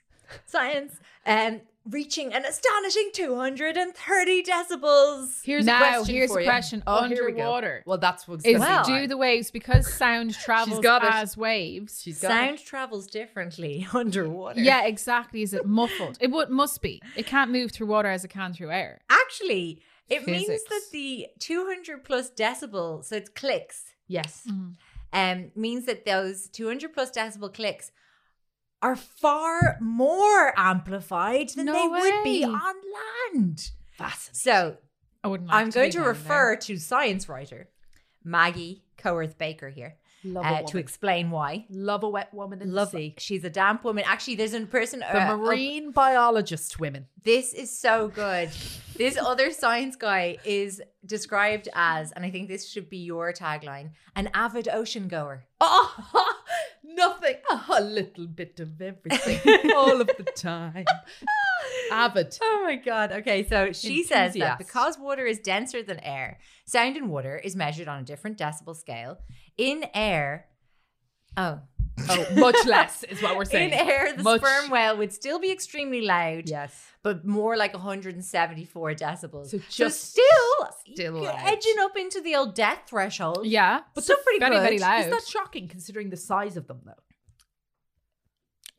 Speaker 2: science, um, reaching an astonishing 230 decibels.
Speaker 3: Here's
Speaker 1: now,
Speaker 3: a question
Speaker 1: here's
Speaker 3: for
Speaker 1: a
Speaker 3: you.
Speaker 1: question.
Speaker 3: Oh, here we go.
Speaker 1: underwater
Speaker 3: Well, that's what's
Speaker 1: is
Speaker 2: Well-
Speaker 1: do the waves because sound travels
Speaker 3: got it.
Speaker 1: as waves.
Speaker 3: She's got
Speaker 2: Sound travels differently underwater.
Speaker 1: Yeah, exactly. Is it muffled? It would must be. It can't move through water as it can through air.
Speaker 2: Actually, it means
Speaker 1: Physics.
Speaker 2: that the 200 plus decibel, so it's clicks,
Speaker 3: Yes.
Speaker 1: Mm.
Speaker 2: um, means that those 200 plus decibel clicks are far more amplified than
Speaker 1: No
Speaker 2: they would be
Speaker 1: way.
Speaker 2: on land.
Speaker 3: Fascinating.
Speaker 2: So
Speaker 1: I wouldn't. Like
Speaker 2: I'm
Speaker 1: to
Speaker 2: going
Speaker 1: be
Speaker 2: to
Speaker 1: down
Speaker 2: refer to science writer Maggie Coerth Baker here
Speaker 3: Love
Speaker 2: uh,
Speaker 3: a
Speaker 2: to
Speaker 3: woman.
Speaker 2: explain why.
Speaker 3: Love a wet woman in
Speaker 2: Love,
Speaker 3: the sea.
Speaker 2: she's a damp woman. Actually, there's a person.
Speaker 3: The
Speaker 1: oh.
Speaker 2: uh,
Speaker 3: marine biologist women.
Speaker 2: This is so good. this other science guy is described as, and I think this should be your tagline, an avid ocean goer.
Speaker 3: Oh, nothing. Oh, a little bit of everything, all of the time. Avid.
Speaker 2: Oh my god. Okay, so she says that
Speaker 3: Enthusiast.
Speaker 2: because water is denser than air, sound in water is measured on a different decibel scale. In air, oh,
Speaker 3: Oh, much less is what we're saying.
Speaker 2: in air, the
Speaker 3: Much-
Speaker 2: sperm whale would still be extremely loud,
Speaker 3: Yes.
Speaker 2: but more like 174 decibels.
Speaker 3: So just
Speaker 2: still,
Speaker 3: still
Speaker 2: you're
Speaker 3: loud.
Speaker 2: edging up into the old death threshold.
Speaker 1: there. Yeah,
Speaker 2: but still pretty
Speaker 1: very,
Speaker 2: good.
Speaker 1: very loud.
Speaker 3: Is that shocking considering the size of them, though?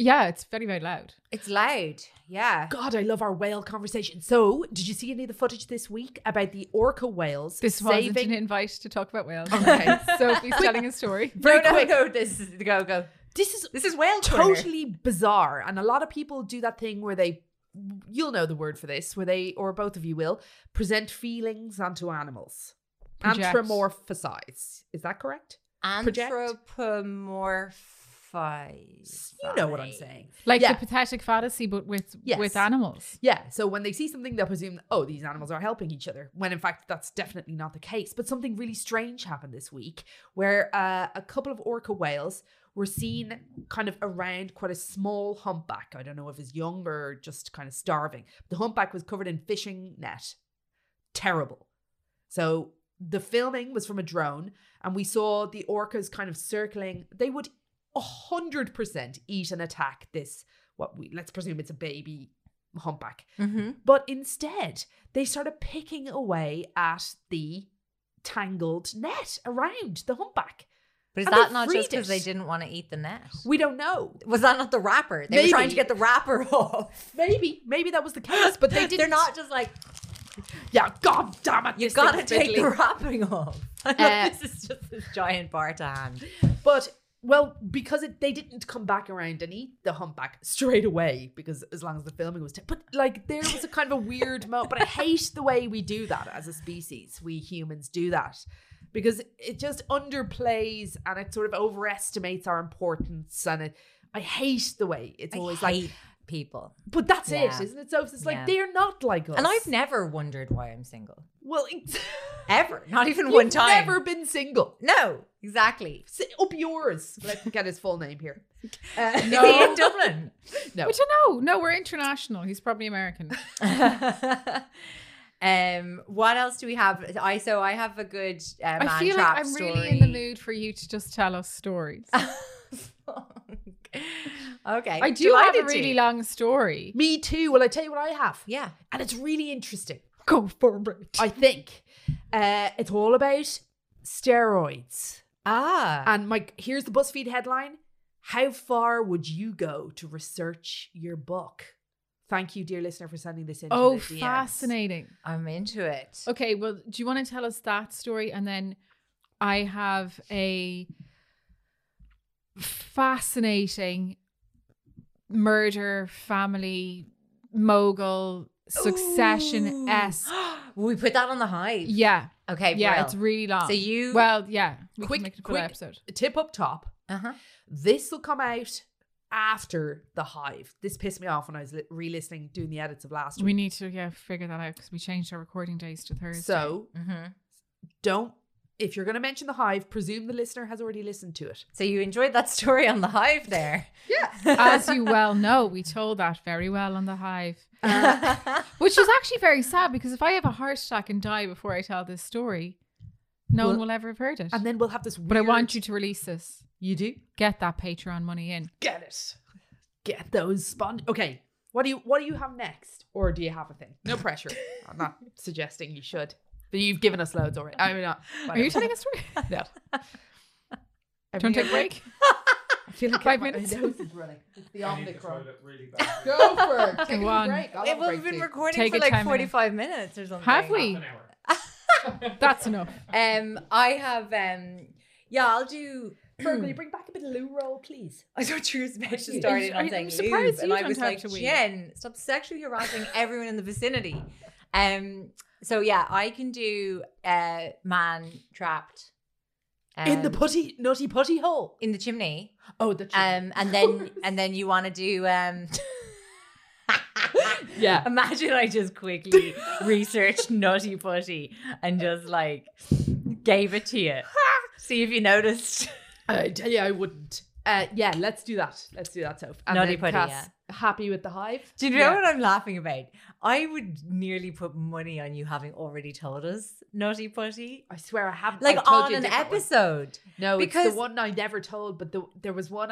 Speaker 1: yeah, it's very very loud.
Speaker 2: It's loud. Yeah.
Speaker 3: God, I love our whale conversation. So, did you see any of the footage this week about the orca whales
Speaker 1: This wasn't an
Speaker 3: saving?
Speaker 1: invite to talk about whales.
Speaker 3: Okay.
Speaker 1: Sophie's telling a story.
Speaker 3: Very
Speaker 2: no,
Speaker 3: quick.
Speaker 2: no, no, this is go go.
Speaker 3: This is
Speaker 2: This is whale corner.
Speaker 3: totally bizarre and a lot of people do that thing where they you'll know the word for this where they or both of you will present feelings onto animals
Speaker 1: Project.
Speaker 3: anthropomorphize is that correct Project.
Speaker 2: Anthropomorphize.
Speaker 3: you know what i'm saying
Speaker 1: Like
Speaker 3: Yeah.
Speaker 1: the pathetic fallacy, but with
Speaker 3: Yes.
Speaker 1: with animals.
Speaker 3: yeah so when they see something they'll presume oh these animals are helping each other when in fact that's definitely not the case but something really strange happened this week where uh, a couple of orca whales were seen kind of around quite a small humpback i don't know if it's young or just kind of starving the humpback was covered in fishing net terrible. So the filming was from a drone, and we saw the orcas kind of circling. They would hundred percent eat and attack this. What we let's presume it's a baby humpback,
Speaker 2: Mm-hmm.
Speaker 3: but instead they started picking away at the tangled net around the humpback.
Speaker 2: But is
Speaker 3: And
Speaker 2: that
Speaker 3: they
Speaker 2: not just
Speaker 3: freed
Speaker 2: because they
Speaker 3: it.
Speaker 2: didn't want to eat the net?
Speaker 3: We don't know.
Speaker 2: Was that not the wrapper? They were trying to
Speaker 3: Maybe.
Speaker 2: get the wrapper off.
Speaker 3: Maybe maybe that was the case, but they didn't.
Speaker 2: They're not just like
Speaker 3: Yeah, god damn it!
Speaker 2: you
Speaker 3: this thing's
Speaker 2: gotta take
Speaker 3: fiddly."
Speaker 2: the wrapping off. I
Speaker 3: Uh,
Speaker 2: know this is just this giant bar to hand.
Speaker 3: But well, because it, they didn't come back around and eat the humpback straight away, because as long as the filming was, t- but like there was a kind of a weird moment. But I hate the way we do that as a species. We humans do that because it just underplays and it sort of overestimates our importance. And it, I hate the way it's always like,
Speaker 2: people.
Speaker 3: but that's
Speaker 2: Yeah.
Speaker 3: it, isn't it? So it's like
Speaker 2: Yeah.
Speaker 3: they're not like us.
Speaker 2: And I've never wondered why I'm single.
Speaker 3: well, it's,
Speaker 2: Ever. Not even
Speaker 3: you've
Speaker 2: one time.
Speaker 3: never been single.
Speaker 2: No, exactly.
Speaker 3: S- Up yours. Let's get his full name here.
Speaker 2: Is he in Dublin?
Speaker 3: No.
Speaker 1: Which I know. No, we're international. He's probably American.
Speaker 2: um, what else do we have? I so I have a good uh, man
Speaker 1: I feel
Speaker 2: trap
Speaker 1: like I'm
Speaker 2: story. Uh,
Speaker 1: really in the mood for you to just tell us stories.
Speaker 2: okay,
Speaker 1: I do
Speaker 2: Delighted
Speaker 1: have a really
Speaker 2: to.
Speaker 1: long story.
Speaker 3: Me too. Well, I tell you what I have.
Speaker 2: Yeah,
Speaker 3: and it's really interesting.
Speaker 1: Go forward.
Speaker 3: I think uh, it's all about steroids.
Speaker 2: ah,
Speaker 3: And my here's the BuzzFeed headline: How far would you go to research your book? Thank you, dear listener, for sending this in. to
Speaker 1: Oh,
Speaker 3: the DMs.
Speaker 1: fascinating.
Speaker 2: I'm into it.
Speaker 1: Okay, well, do you want to tell us that story? And then I have a fascinating murder family mogul Succession esque.
Speaker 2: Will we put that on the high?
Speaker 1: Yeah.
Speaker 2: Okay.
Speaker 1: yeah,
Speaker 2: brill.
Speaker 1: it's really long.
Speaker 2: So you-
Speaker 1: Well, yeah. We
Speaker 3: Quick-
Speaker 1: can make it a full
Speaker 3: quick-
Speaker 1: episode.
Speaker 3: Tip up top.
Speaker 2: uh-huh.
Speaker 3: This will come out after the hive. This pissed me off when I was li- re-listening doing the edits of last
Speaker 1: We
Speaker 3: week.
Speaker 1: need to yeah figure that out because we changed our recording days to Thursday.
Speaker 3: So
Speaker 2: Mm-hmm.
Speaker 3: don't if you're going to mention the hive, presume the listener has already listened to it.
Speaker 2: So you enjoyed that story on the hive there.
Speaker 1: as you well know, we told that very well on the Hive, which is actually very sad because if I have a heart attack and die before I tell this story, no one
Speaker 3: Well,
Speaker 1: will ever have heard it.
Speaker 3: And then we'll have this.
Speaker 1: but I
Speaker 3: weird-
Speaker 1: want you to release this.
Speaker 3: You do
Speaker 1: Get that Patreon money in.
Speaker 3: get it. Get those spon. Okay. What do you What do you have next? Or do you have a thing? No pressure. I'm not suggesting you should. But you've given us loads already. I mean, not.
Speaker 1: Are you telling a story?
Speaker 3: No.
Speaker 1: Do you want to take a break?
Speaker 3: I feel like
Speaker 1: Five
Speaker 3: my-
Speaker 1: minutes? Oh
Speaker 3: My nose is running. It's the Omicron. Go for it. Take a
Speaker 1: Go on.
Speaker 3: break. I'll
Speaker 2: Yeah,
Speaker 3: have a
Speaker 2: well,
Speaker 3: break
Speaker 2: we've been
Speaker 3: too.
Speaker 2: recording
Speaker 1: Take
Speaker 2: for
Speaker 1: a
Speaker 2: like
Speaker 1: 10 minute.
Speaker 2: 45 minutes or something.
Speaker 1: Have we? That's enough.
Speaker 2: Um, I have, um, yeah, I'll do.
Speaker 3: Ferg, will
Speaker 1: Mm.
Speaker 3: you bring back a bit of loo roll, please?
Speaker 2: I thought you were supposed to start it
Speaker 1: I'm
Speaker 2: on saying
Speaker 1: surprised
Speaker 2: lube,
Speaker 1: you
Speaker 2: and I
Speaker 1: don't
Speaker 2: was
Speaker 1: have
Speaker 2: like,
Speaker 1: to win.
Speaker 2: Jen, stop sexually harassing everyone in the vicinity. Um, so yeah, I can do uh, man trapped
Speaker 3: In the
Speaker 2: um,
Speaker 3: putty, nutty putty hole.
Speaker 2: in the chimney,
Speaker 3: Oh, the children.
Speaker 2: um, and then and then you want to do um.
Speaker 3: yeah.
Speaker 2: Imagine I just quickly researched Nutty Putty and just like gave it to you. See if you noticed.
Speaker 3: I tell you, I wouldn't. Uh, yeah, let's do that. Let's do that, Soph. And
Speaker 2: Naughty
Speaker 3: then
Speaker 2: putty,
Speaker 3: Cass, Happy with the hive?
Speaker 2: Do you know
Speaker 3: Yeah.
Speaker 2: what I'm laughing about? I would nearly put money on you having already told us Nutty Putty.
Speaker 3: I swear I haven't.
Speaker 2: Like
Speaker 3: I told
Speaker 2: on
Speaker 3: you a
Speaker 2: an
Speaker 3: different one.
Speaker 2: episode.
Speaker 3: No, it's
Speaker 2: because-
Speaker 3: the one I never told, but the, there was one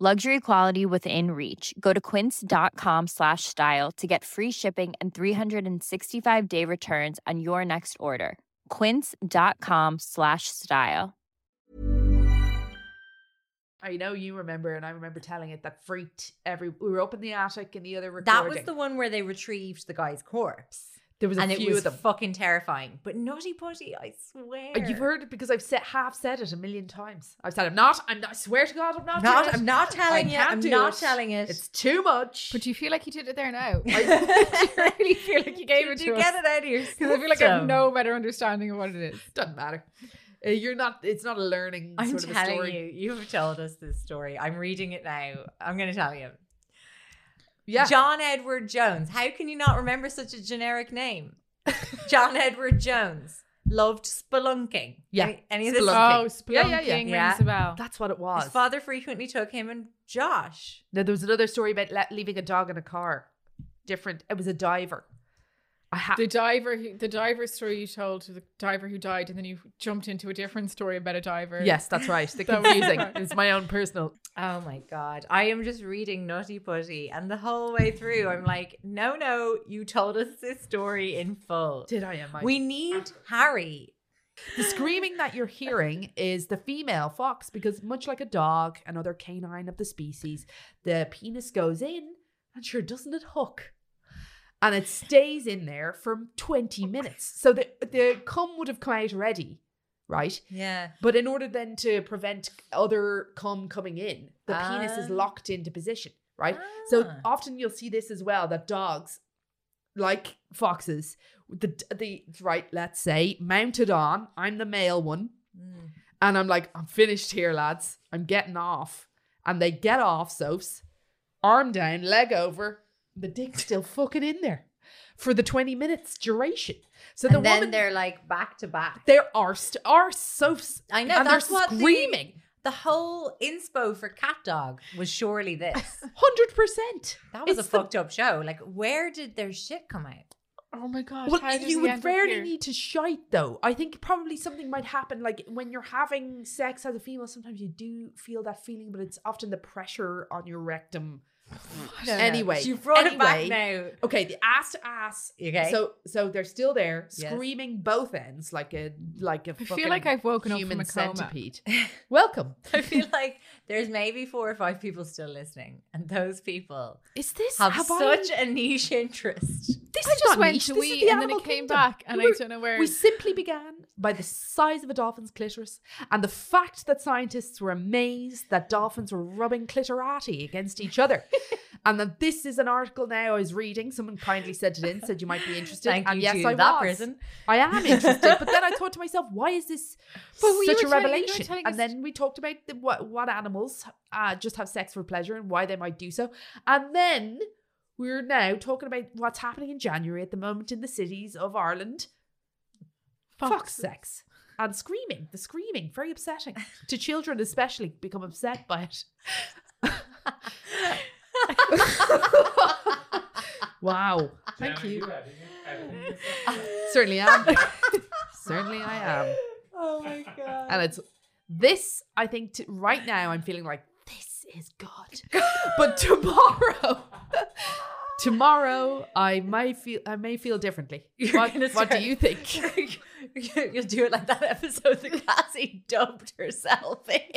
Speaker 4: Luxury quality within reach. Go to quince.com slash style to get free shipping and 365 day returns on your next order. Quince.com slash style.
Speaker 3: I know you remember, and I remember telling it that freaked every. We were up in the attic in the other recording.
Speaker 2: That was the one where they retrieved the guy's corpse.
Speaker 3: There was a
Speaker 2: and it
Speaker 3: few
Speaker 2: was
Speaker 3: of them.
Speaker 2: fucking terrifying. But Nutty Putty, I swear.
Speaker 3: Uh, You've heard it because I've said, half said it a million times. I've said I'm not. I'm not. I swear to God, I'm not.
Speaker 2: Not-
Speaker 3: doing it.
Speaker 2: I'm not telling
Speaker 3: I
Speaker 2: you,
Speaker 3: can't
Speaker 2: I'm
Speaker 3: do
Speaker 2: not telling it.
Speaker 3: It's too much.
Speaker 1: But do you feel like you did it there now?
Speaker 2: I
Speaker 1: really feel like you gave it to
Speaker 2: do
Speaker 1: us.
Speaker 2: get it out of your
Speaker 1: Because I feel like I have
Speaker 2: system.
Speaker 1: no better understanding of what it is.
Speaker 3: Doesn't matter. Uh, you're not. It's not a learning
Speaker 2: I'm
Speaker 3: sort of a
Speaker 2: telling
Speaker 3: story.
Speaker 2: you, you've told us this story. I'm reading it now. I'm going to tell you.
Speaker 3: Yeah.
Speaker 2: John Edward Jones. How can you not remember such a generic name? John Edward Jones loved spelunking.
Speaker 3: Yeah,
Speaker 2: Any, any of this?
Speaker 3: Spelunking.
Speaker 1: Oh,
Speaker 3: Okay.
Speaker 1: spelunking
Speaker 3: Yeah, yeah, yeah.
Speaker 1: rings
Speaker 2: Yeah.
Speaker 1: a bell.
Speaker 3: That's what it
Speaker 2: His
Speaker 3: was.
Speaker 2: father frequently took him and Josh.
Speaker 3: No, there was another story about le- leaving a dog in a car. Different. It was a diver. I ha-
Speaker 1: The diver, who, the diver story you told, the diver who died, and then you jumped into a different story about a diver.
Speaker 3: Yes, that's right. The
Speaker 1: That was-
Speaker 3: confusing. it's my own personal.
Speaker 2: Oh my god. I am just reading Nutty Putty and the whole way through I'm like, "No, no, you told us this story in full."
Speaker 3: Did I am I?
Speaker 2: We need Harry.
Speaker 3: The screaming that you're hearing is the female fox because, much like a dog, another canine of the species, the penis goes in and sure doesn't it hook? and it stays in there for 20 minutes. So the the cum would have come out already, right?
Speaker 2: Yeah.
Speaker 3: But in order then to prevent other cum coming in, the penis is
Speaker 2: Ah.
Speaker 3: locked into position, right? So
Speaker 2: Ah.
Speaker 3: often you'll see this as well that dogs, like foxes, the the right, let's say mounted on. I'm the male one,
Speaker 2: Mm.
Speaker 3: and I'm like, I'm finished here, lads. I'm getting off, and they get off soaps, arm down, leg over, the dick's still fucking in there for the twenty minutes duration. So the
Speaker 2: and then
Speaker 3: woman,
Speaker 2: they're like back to back.
Speaker 3: there are st- are soaps.
Speaker 2: I know,
Speaker 3: and
Speaker 2: that's
Speaker 3: they're
Speaker 2: what the-
Speaker 3: screaming.
Speaker 2: The whole inspo for Cat Dog was surely this.
Speaker 3: Hundred percent.
Speaker 2: That was
Speaker 3: It's
Speaker 2: a
Speaker 3: the-
Speaker 2: fucked up show. Like, where did their shit come out?
Speaker 1: Oh my god!
Speaker 3: Well,
Speaker 1: how does
Speaker 3: you
Speaker 1: he
Speaker 3: would
Speaker 1: end up
Speaker 3: rarely
Speaker 1: here?
Speaker 3: need to shite though. I think probably something might happen. Like when you're having sex as a female, sometimes you do feel that feeling, but it's often the pressure on your rectum. Anyway,
Speaker 2: you brought it back
Speaker 3: anyway,
Speaker 2: now.
Speaker 3: Okay, the ass to ass.
Speaker 2: Okay.
Speaker 3: So so they're still there,
Speaker 2: Yes.
Speaker 3: screaming both ends like a like a.
Speaker 1: I feel like I've woken up
Speaker 3: human
Speaker 1: from a coma.
Speaker 3: centipede. Welcome.
Speaker 2: I feel like there's maybe four or five people still listening, and those people
Speaker 3: Is this
Speaker 2: have,
Speaker 3: I-
Speaker 2: such a niche interest.
Speaker 3: This
Speaker 1: I
Speaker 3: is
Speaker 1: just
Speaker 3: not
Speaker 1: went
Speaker 3: niche.
Speaker 1: to
Speaker 3: This
Speaker 1: wee
Speaker 3: is the
Speaker 1: and then
Speaker 3: animal
Speaker 1: it came
Speaker 3: kingdom.
Speaker 1: back and
Speaker 3: We
Speaker 1: I
Speaker 3: were-
Speaker 1: don't know where-
Speaker 3: We simply began by the size of a dolphin's clitoris and the fact that scientists were amazed that dolphins were rubbing clitorati against each other. and that this is an article now I was reading. Someone kindly sent it in, said you might be interested.
Speaker 2: Thank
Speaker 3: and
Speaker 2: you
Speaker 3: yes,
Speaker 2: to
Speaker 3: I
Speaker 2: that
Speaker 3: was.
Speaker 2: person.
Speaker 3: I am interested. But then I thought to myself, why is this
Speaker 1: But you
Speaker 3: such
Speaker 1: were telling- you
Speaker 3: a
Speaker 1: were
Speaker 3: revelation?
Speaker 1: telling us-
Speaker 3: And then we talked about the, what, what animals uh, just have sex for pleasure and why they might do so. And then we're now talking about what's happening in January at the moment in the cities of Ireland. Fox, sex. And screaming, the screaming, very upsetting to children, especially become upset by it. wow. Thank you. Certainly am. Certainly I am.
Speaker 2: Oh my god!
Speaker 3: And it's this, I think, t- right now, I'm feeling like this is God. but tomorrow, tomorrow, I may feel, I may feel differently. What,
Speaker 2: gonna
Speaker 3: what do
Speaker 2: start-
Speaker 3: you think?
Speaker 2: You'll do it like that episode that Cassie dubbed herself in.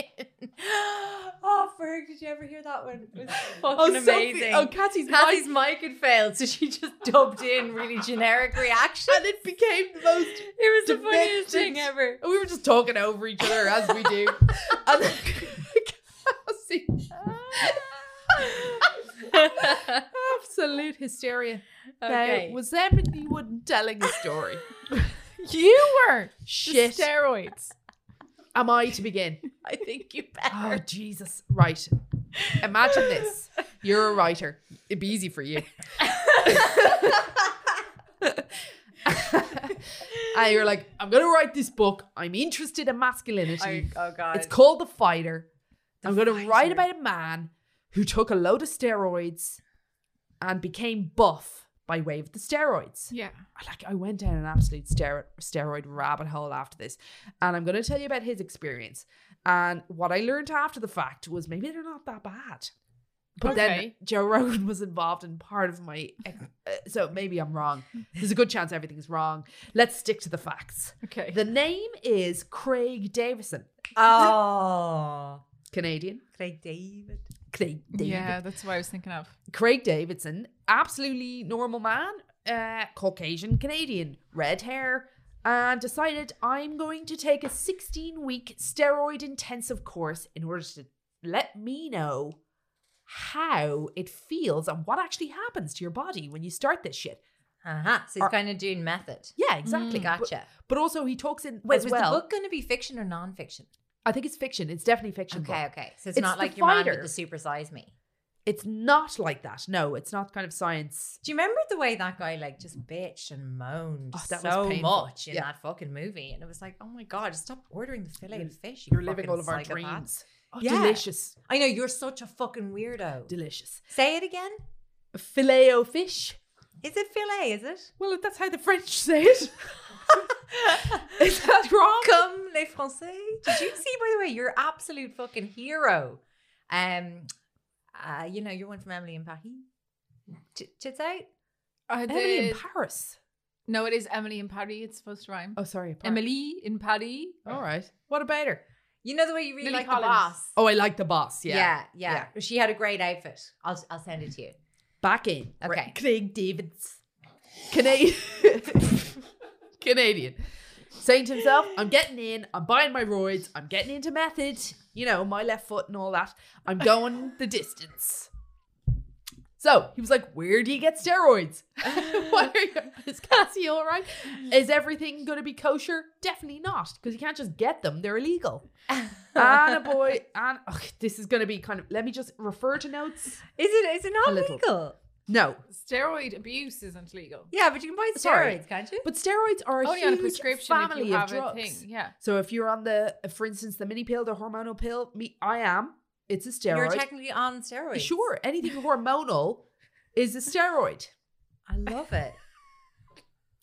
Speaker 2: Oh, Ferg, did you ever hear that one? It was fucking
Speaker 3: Sophie-
Speaker 2: amazing.
Speaker 3: oh, Cassie's
Speaker 2: Cassie's mic had failed, so she just dubbed in really generic reaction. And it became the most. It was the funniest thing
Speaker 3: demented-
Speaker 2: ever.
Speaker 3: And we were just talking over each other as we do. and then Cassie, absolute hysteria.
Speaker 2: Okay.
Speaker 3: Now, was them and you wouldn't telling a story.
Speaker 1: You were
Speaker 3: Shit.
Speaker 1: The steroids.
Speaker 3: Am I to begin?
Speaker 2: I think you
Speaker 3: Oh,
Speaker 2: better.
Speaker 3: Jesus. Right. Imagine this. You're a writer. It'd be easy for you. and you're like, I'm going to write this book. I'm interested in masculinity.
Speaker 2: I- oh, God.
Speaker 3: It's called The Fighter.
Speaker 2: The
Speaker 3: I'm going to
Speaker 2: Fighter.
Speaker 3: write about a man who took a load of steroids and became buff by way of the steroids.
Speaker 1: Yeah.
Speaker 3: I, like I went down an absolute steroid, steroid rabbit hole after this, and I'm going to tell you about his experience. And what I learned after the fact was maybe they're not that bad. But
Speaker 1: Okay.
Speaker 3: then Joe Rogan was involved in part of my, uh, so maybe I'm wrong. There's a good chance everything's wrong. Let's stick to the facts.
Speaker 1: Okay.
Speaker 3: The name is Craig Davison,
Speaker 2: Oh,
Speaker 3: Canadian.
Speaker 2: Craig David.
Speaker 3: Craig David.
Speaker 1: Yeah, that's what I was thinking of.
Speaker 3: Craig Davidson, absolutely normal man, uh, Caucasian Canadian, red hair, and decided I'm going to take a 16 week steroid intensive course in order to let me know how it feels and what actually happens to your body when you start this shit.
Speaker 2: Uh-huh. So he's
Speaker 3: Or-
Speaker 2: kind of doing method.
Speaker 3: Yeah, exactly. But-
Speaker 2: Mm, Gotcha.
Speaker 3: But, also, he talks in
Speaker 2: Wait,
Speaker 3: as
Speaker 2: was
Speaker 3: well.
Speaker 2: the book going to be fiction or non-fiction?
Speaker 3: I think it's fiction. It's definitely fiction.
Speaker 2: Okay,
Speaker 3: book.
Speaker 2: okay. So it's,
Speaker 3: It's
Speaker 2: not
Speaker 3: the
Speaker 2: like your man
Speaker 3: fighter.
Speaker 2: with the super size me.
Speaker 3: It's not like that. No, it's not kind of science.
Speaker 2: Do you remember the way that guy like just bitched and moaned
Speaker 3: Oh, that was
Speaker 2: so
Speaker 3: painful.
Speaker 2: much in
Speaker 3: Yeah.
Speaker 2: that fucking movie? And it was like, oh my god, stop ordering the fillet of fish. You
Speaker 3: You're living
Speaker 2: fucking
Speaker 3: all of our
Speaker 2: psychopath.
Speaker 3: dreams. Oh,
Speaker 2: Yeah.
Speaker 3: Delicious.
Speaker 2: I know you're such a fucking weirdo.
Speaker 3: Delicious.
Speaker 2: Say it again.
Speaker 3: filet o fish.
Speaker 2: Is it fillet? Is it?
Speaker 3: Well, that's how the French say it. Is that wrong?
Speaker 2: Comme les Français. Did you see, by the way, your absolute fucking hero? Um, uh, you know, you're one from Emily in Paris. Ch- Chits out.
Speaker 1: Uh,
Speaker 3: Emily in
Speaker 1: the-
Speaker 3: Paris.
Speaker 1: no, it is Emily in Paris. It's supposed to rhyme.
Speaker 3: Oh, sorry. Paris.
Speaker 1: Emily in Paris.
Speaker 3: All right. What about her?
Speaker 2: You know the way you really
Speaker 1: Lily
Speaker 2: like
Speaker 1: Collins.
Speaker 2: the boss.
Speaker 3: Oh, I like the boss. Yeah.
Speaker 2: yeah, yeah, She had a great outfit. I'll I'll send it to you.
Speaker 3: Back in.
Speaker 2: Okay.
Speaker 3: Craig Davids. Canadian. Canadian. Saying to himself, I'm getting in, I'm buying my roids, I'm getting into method, you know, my left foot and all that. I'm going the distance. So he was like, Where do you get steroids? Why are you, is Cassie all right? Is everything going to be kosher? Definitely not, because you can't just get them, they're illegal. Anna boy, and this is going to be kind of, let me just refer to notes.
Speaker 2: Is it? Is it not
Speaker 3: A little.
Speaker 2: legal?
Speaker 3: No,
Speaker 1: Steroid abuse isn't legal.
Speaker 2: Yeah, but you can buy steroids,
Speaker 3: Sorry.
Speaker 2: can't you?
Speaker 3: But steroids are a
Speaker 1: Only
Speaker 3: huge
Speaker 1: on Oh, a prescription if you
Speaker 3: family
Speaker 1: have
Speaker 3: of
Speaker 1: a
Speaker 3: drugs.
Speaker 1: thing, yeah.
Speaker 3: So if you're on the, for instance, the mini pill, the hormonal pill, me, I am. It's a steroid.
Speaker 2: You're technically on steroids.
Speaker 3: Sure, anything hormonal is a steroid.
Speaker 2: I love it.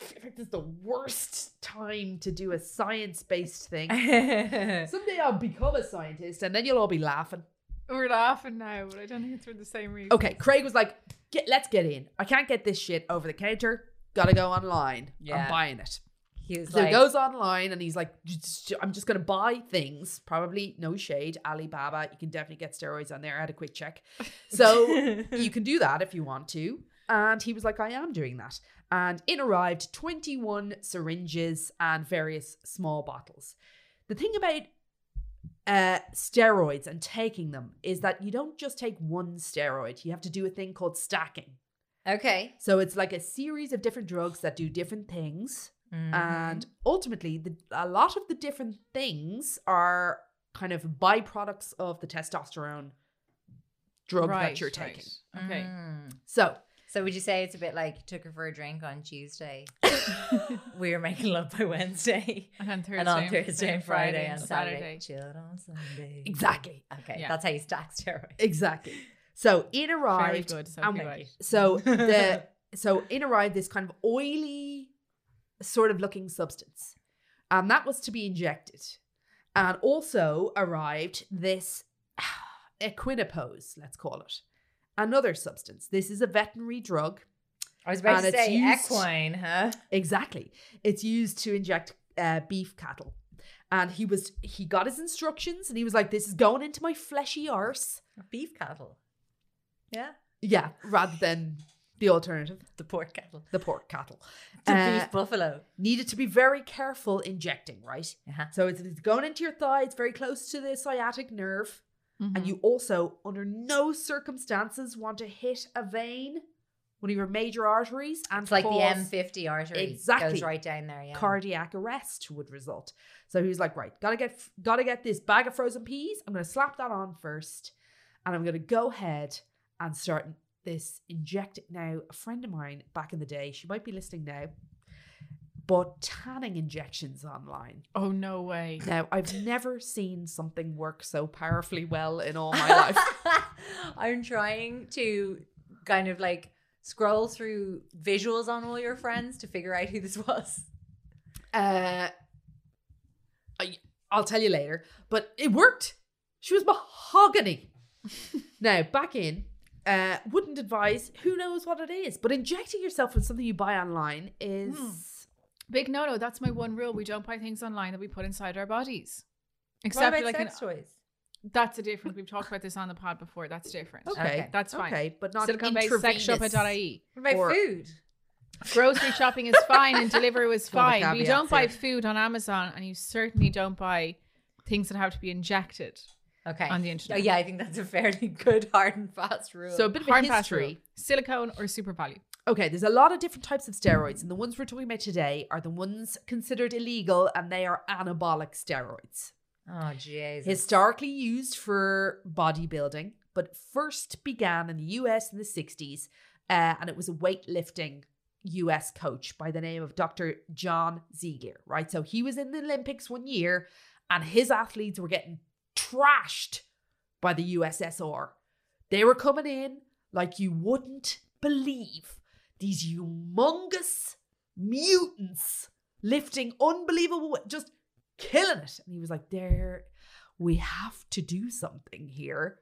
Speaker 3: I feel like this is the worst time to do a science-based thing.
Speaker 2: yeah,
Speaker 3: Someday I'll become a scientist, and then you'll all be laughing.
Speaker 1: We're laughing now, but I don't think it's for the same reason.
Speaker 3: Okay, Craig was like, get, "Let's get in. I can't get this shit over the counter. Gotta go online.
Speaker 2: Yeah.
Speaker 3: I'm buying it."
Speaker 2: he was
Speaker 3: So
Speaker 2: like,
Speaker 3: he goes online and he's like, "Just- I'm just going to buy things. Probably no shade, Alibaba. You can definitely get steroids on there. I had a quick check. So you can do that if you want to. And he was like, I am doing that. And in arrived 21 syringes and various small bottles. The thing about uh, steroids and taking them is that you don't just take one steroid, you have to do a thing called stacking.
Speaker 2: okay,
Speaker 3: So it's like a series of different drugs that do different things and
Speaker 1: Mm-hmm.
Speaker 3: ultimately the, a lot of the different things are kind of byproducts of the testosterone drug that you're taking
Speaker 1: right. Okay.
Speaker 2: Mm.
Speaker 3: so
Speaker 2: So would you say it's a bit like took her for a drink on Tuesday? we were making love by Wednesday.
Speaker 1: And on Thursday,
Speaker 2: and on Thursday and Friday and
Speaker 1: Saturday.
Speaker 2: Saturday. Chilled on Sunday.
Speaker 3: exactly
Speaker 2: Okay,
Speaker 1: Yeah.
Speaker 2: that's how you stack steroids.
Speaker 3: exactly so in arrived
Speaker 1: Very good.
Speaker 3: and-
Speaker 1: Sophie, right.
Speaker 3: so the so in arrived this kind of oily sort of looking substance and that was to be injected and also arrived this equinopose let's call it another substance this is a veterinary drug
Speaker 2: I was about
Speaker 3: And
Speaker 2: to
Speaker 3: it's
Speaker 2: say
Speaker 3: used-
Speaker 2: equine, huh?
Speaker 3: Exactly. It's used to inject uh, beef cattle. And he was he got his instructions and he was like, This is going into my fleshy arse.
Speaker 2: Beef cattle. Yeah,
Speaker 3: Yeah, rather than the alternative,
Speaker 2: the pork cattle.
Speaker 3: the pork cattle.
Speaker 2: The
Speaker 3: Uh,
Speaker 2: beef buffalo.
Speaker 3: needed to be very careful injecting, right?
Speaker 2: Uh-huh.
Speaker 3: So it's, it's going into your thigh, it's very close to the sciatic nerve.
Speaker 2: Mm-hmm.
Speaker 3: And you also, under no circumstances, want to hit a vein, one of your major arteries, and
Speaker 2: It's like the
Speaker 3: cause-
Speaker 2: M50 artery.
Speaker 3: Exactly.
Speaker 2: Goes right down there, yeah.
Speaker 3: cardiac arrest would result. So he was like, right, gotta get gotta get this bag of frozen peas. I'm gonna slap that on first, and I'm gonna go ahead and start this inject. Now, a friend of mine back in the day, she might be listening now, bought tanning injections online.
Speaker 1: Oh no way.
Speaker 3: Now, I've never seen something work so powerfully well in all my life.
Speaker 2: I'm trying to kind of like scroll through visuals on all your friends to figure out who this was.
Speaker 3: Uh, I, I'll tell you later, but it worked. She was mahogany. now back in. Uh, wouldn't advise. Who knows what it is? But injecting yourself with something you buy online is
Speaker 1: Hmm. Big no no. That's my one rule. We don't buy things online that we put inside our bodies.
Speaker 2: What
Speaker 1: Except
Speaker 2: about
Speaker 1: for like an,
Speaker 2: sex toys?
Speaker 1: that's a different. We've talked about this on the pod before. That's different.
Speaker 3: okay.
Speaker 2: Okay,
Speaker 1: that's fine.
Speaker 3: Okay, but not
Speaker 1: Silicon-based sex shop at
Speaker 3: intravenous.
Speaker 1: IE.
Speaker 2: What about
Speaker 3: Or-
Speaker 2: food?
Speaker 1: Grocery shopping is fine and delivery is
Speaker 3: Lot
Speaker 1: fine.
Speaker 3: of
Speaker 1: But you
Speaker 3: caveats
Speaker 1: don't buy
Speaker 3: here.
Speaker 1: food on Amazon and you certainly don't buy things that have to be injected.
Speaker 2: Okay.
Speaker 1: On the internet.
Speaker 2: Oh, yeah, I think that's a fairly good hard and fast rule.
Speaker 3: So a bit of a
Speaker 1: Hard and fast rule.
Speaker 3: history.
Speaker 1: Silicone or super value.
Speaker 3: Okay, there's a lot of different types of steroids, and the ones we're talking about today are the ones considered illegal, and they are anabolic steroids.
Speaker 2: oh, Jesus.
Speaker 3: historically used for bodybuilding, but first began in the US in the 60s. Uh, and it was a weightlifting US coach by the name of Dr. John Ziegler, right? So he was in the Olympics one year, and his athletes were getting trashed by the USSR. They were coming in like you wouldn't believe. These humongous mutants lifting unbelievable, we- just killing it. And he was like, there, we have to do something here.